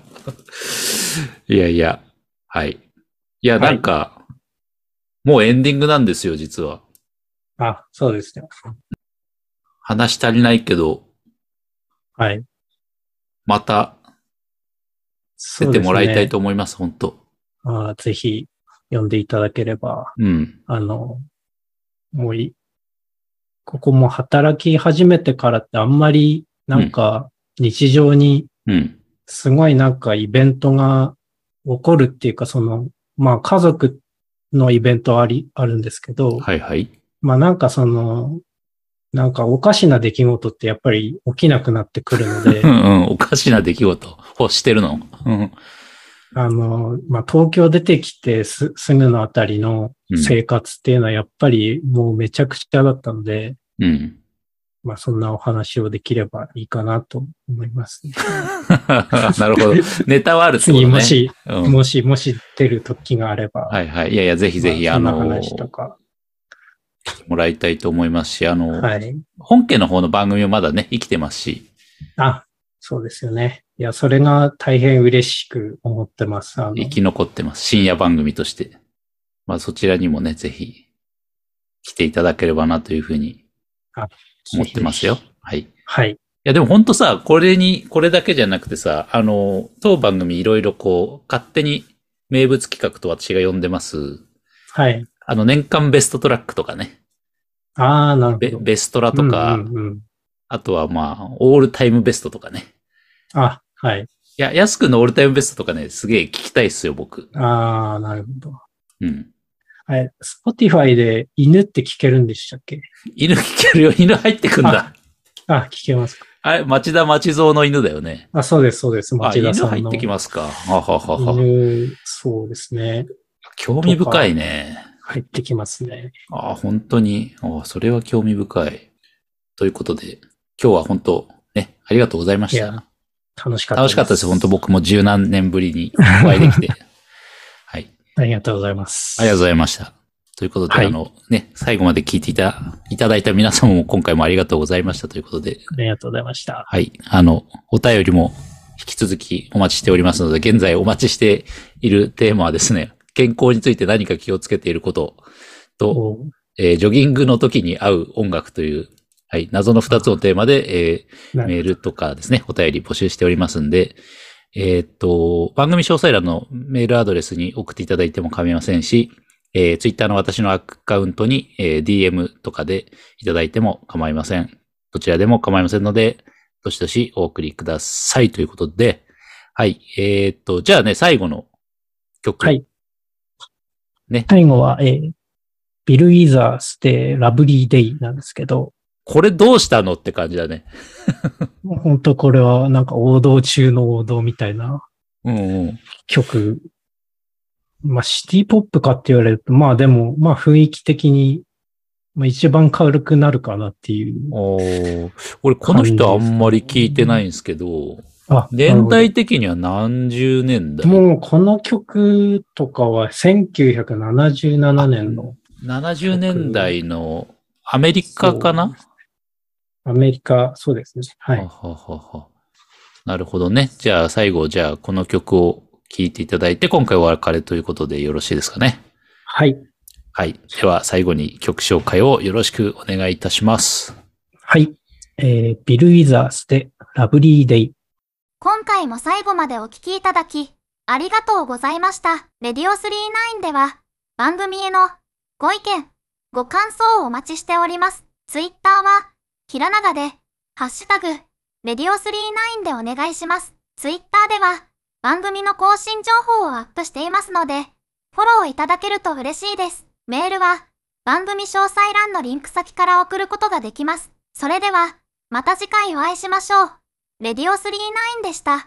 Speaker 2: いやいや、はい。いや、なんか、もうエンディングなんですよ、実は。
Speaker 3: あ、そうですね。
Speaker 2: 話足りないけど、
Speaker 3: はい。
Speaker 2: また
Speaker 3: そ
Speaker 2: 出
Speaker 3: う
Speaker 2: て
Speaker 3: です
Speaker 2: も
Speaker 3: ね
Speaker 2: らいたいと思います、本当
Speaker 3: あーぜひ読んでいただければ、
Speaker 2: うん。
Speaker 3: あの、もうい、ここも働き始めてからってあんまりなんか日常に
Speaker 2: うん。
Speaker 3: すごいなんかイベントが起こるっていうかその、まあ家族のイベントあり、あるんですけど、
Speaker 2: はいはい。
Speaker 3: まあなんかその、なんかおかしな出来事ってやっぱり起きなくなってくるの で
Speaker 2: う、んうん。おかしな出来事をしてるの。うん。
Speaker 3: あの、まあ、東京出てきてす、すぐのあたりの生活っていうのはやっぱりもうめちゃくちゃだったので、
Speaker 2: うん。
Speaker 3: まあ、そんなお話をできればいいかなと思いますね。
Speaker 2: なるほど。ネタはあるってことね。
Speaker 3: 次もし、
Speaker 2: うん
Speaker 3: もし、もし出る時があれば、
Speaker 2: はいはい。いやいや、ぜひぜひ、
Speaker 3: まあ
Speaker 2: あ
Speaker 3: そん
Speaker 2: の、
Speaker 3: な
Speaker 2: 来
Speaker 3: 話とか。
Speaker 2: てもらいたいと思いますし、あの、
Speaker 3: はい。
Speaker 2: 本家の方の番組もまだね、生きてますし。
Speaker 3: あ、そうですよね。いや、それが大変嬉しく思ってます。あの、
Speaker 2: 生き残ってます。深夜番組として。まあそちらにもね、ぜひ来ていただければなというふうに
Speaker 3: あ
Speaker 2: 思ってますよ。はい。い
Speaker 3: はい。
Speaker 2: やでも本当さ、これに、これだけじゃなくてさ、あの、当番組いろいろこう、勝手に名物企画と私が呼んでます。
Speaker 3: はい。
Speaker 2: あの、年間ベストトラックとかね。
Speaker 3: ああ、なるほ
Speaker 2: ベ
Speaker 3: ど。
Speaker 2: ベストラとか、
Speaker 3: うんうんうん
Speaker 2: あとはまあ、オールタイムベストとかね。
Speaker 3: あ、はい。
Speaker 2: いや、安くんのオールタイムベストとかね、すげえ聞きたいっすよ、僕。
Speaker 3: ああ、なるほど。
Speaker 2: うん。
Speaker 3: あれ、Spotify で犬って聞けるんでしたっけ
Speaker 2: 犬聞けるよ、 犬入ってくんだ。
Speaker 3: あ、聞けますか。
Speaker 2: あれ、町田町蔵の犬だよね。
Speaker 3: あ、そうです、そうです。
Speaker 2: あ、
Speaker 3: 町
Speaker 2: 犬
Speaker 3: 田さん
Speaker 2: 入
Speaker 3: の。
Speaker 2: ってきますか。はははは。
Speaker 3: 犬そうですね。
Speaker 2: 興味深いね。
Speaker 3: 入ってきますね。
Speaker 2: ああ、本当に。ああ、それは興味深い。ということで、今日は本当、ね、ありがとうございまし
Speaker 3: いや
Speaker 2: た。
Speaker 3: 楽しかった
Speaker 2: 楽しかったです。本当僕も十何年ぶりにお会いでき て。はい。
Speaker 3: ありがとうございます。
Speaker 2: ありがとうございました。ということで、
Speaker 3: はい
Speaker 2: あの、ね、最後まで聞いていた、いただいた皆様も今回もありがとうございましたということで、
Speaker 3: ありがとうございました。
Speaker 2: はい。あの、お便りも引き続きお待ちしておりますので、現在お待ちしているテーマはですね、健康について何か気をつけていることと、
Speaker 3: お
Speaker 2: えージョギングの時に合う音楽という、はい、謎の二つのテーマで、えー
Speaker 3: な
Speaker 2: メールとかですね、お便り募集しておりますんで、えーっと、番組詳細欄のメールアドレスに送っていただいても構いませんし、えー、Twitter の私のアカウントに、えー DM とかでいただいても構いません。どちらでも構いませんので、どしどしお送りくださいということで、はい、えーっと、じゃあね、最後の曲。
Speaker 3: はい。
Speaker 2: ね
Speaker 3: 最後は、えービル・イザースでラブリー・デイなんですけど、
Speaker 2: これどうしたのって感じだね。
Speaker 3: 本当これはなんか王道中の王道みたいな
Speaker 2: うんうん。
Speaker 3: 曲。まあ、シティポップかって言われると、まあでも、まあ雰囲気的に、まあ一番軽くなるかなっていう。
Speaker 2: おー俺、この人あんまり聞いてないんですけど、
Speaker 3: あ、
Speaker 2: 年
Speaker 3: なる
Speaker 2: 代的には何十年代
Speaker 3: ほどもうこの曲とかは1977年の
Speaker 2: ?70 年代のアメリカかな
Speaker 3: アメリカ、そうですね。は。
Speaker 2: はいはははなるほどね。じゃあ最後、じゃあこの曲を聴いていただいて、今回はお別れということでよろしいですかね。
Speaker 3: はい。
Speaker 2: はい。では最後に曲紹介をよろしくお願いいたします。
Speaker 3: はい。えー、ビル・イザースでラブリー・デイ。
Speaker 1: 今回も最後までお聞きいただき、ありがとうございました。レディオ39では、番組へのご意見、ご感想をお待ちしております。ツイッターは、ひらながで、ハッシュタグ、レディオ39でお願いします。ツイッターでは、番組の更新情報をアップしていますので、フォローいただけると嬉しいです。メールは、番組詳細欄のリンク先から送ることができます。それでは、また次回お会いしましょう。レディオ39でした。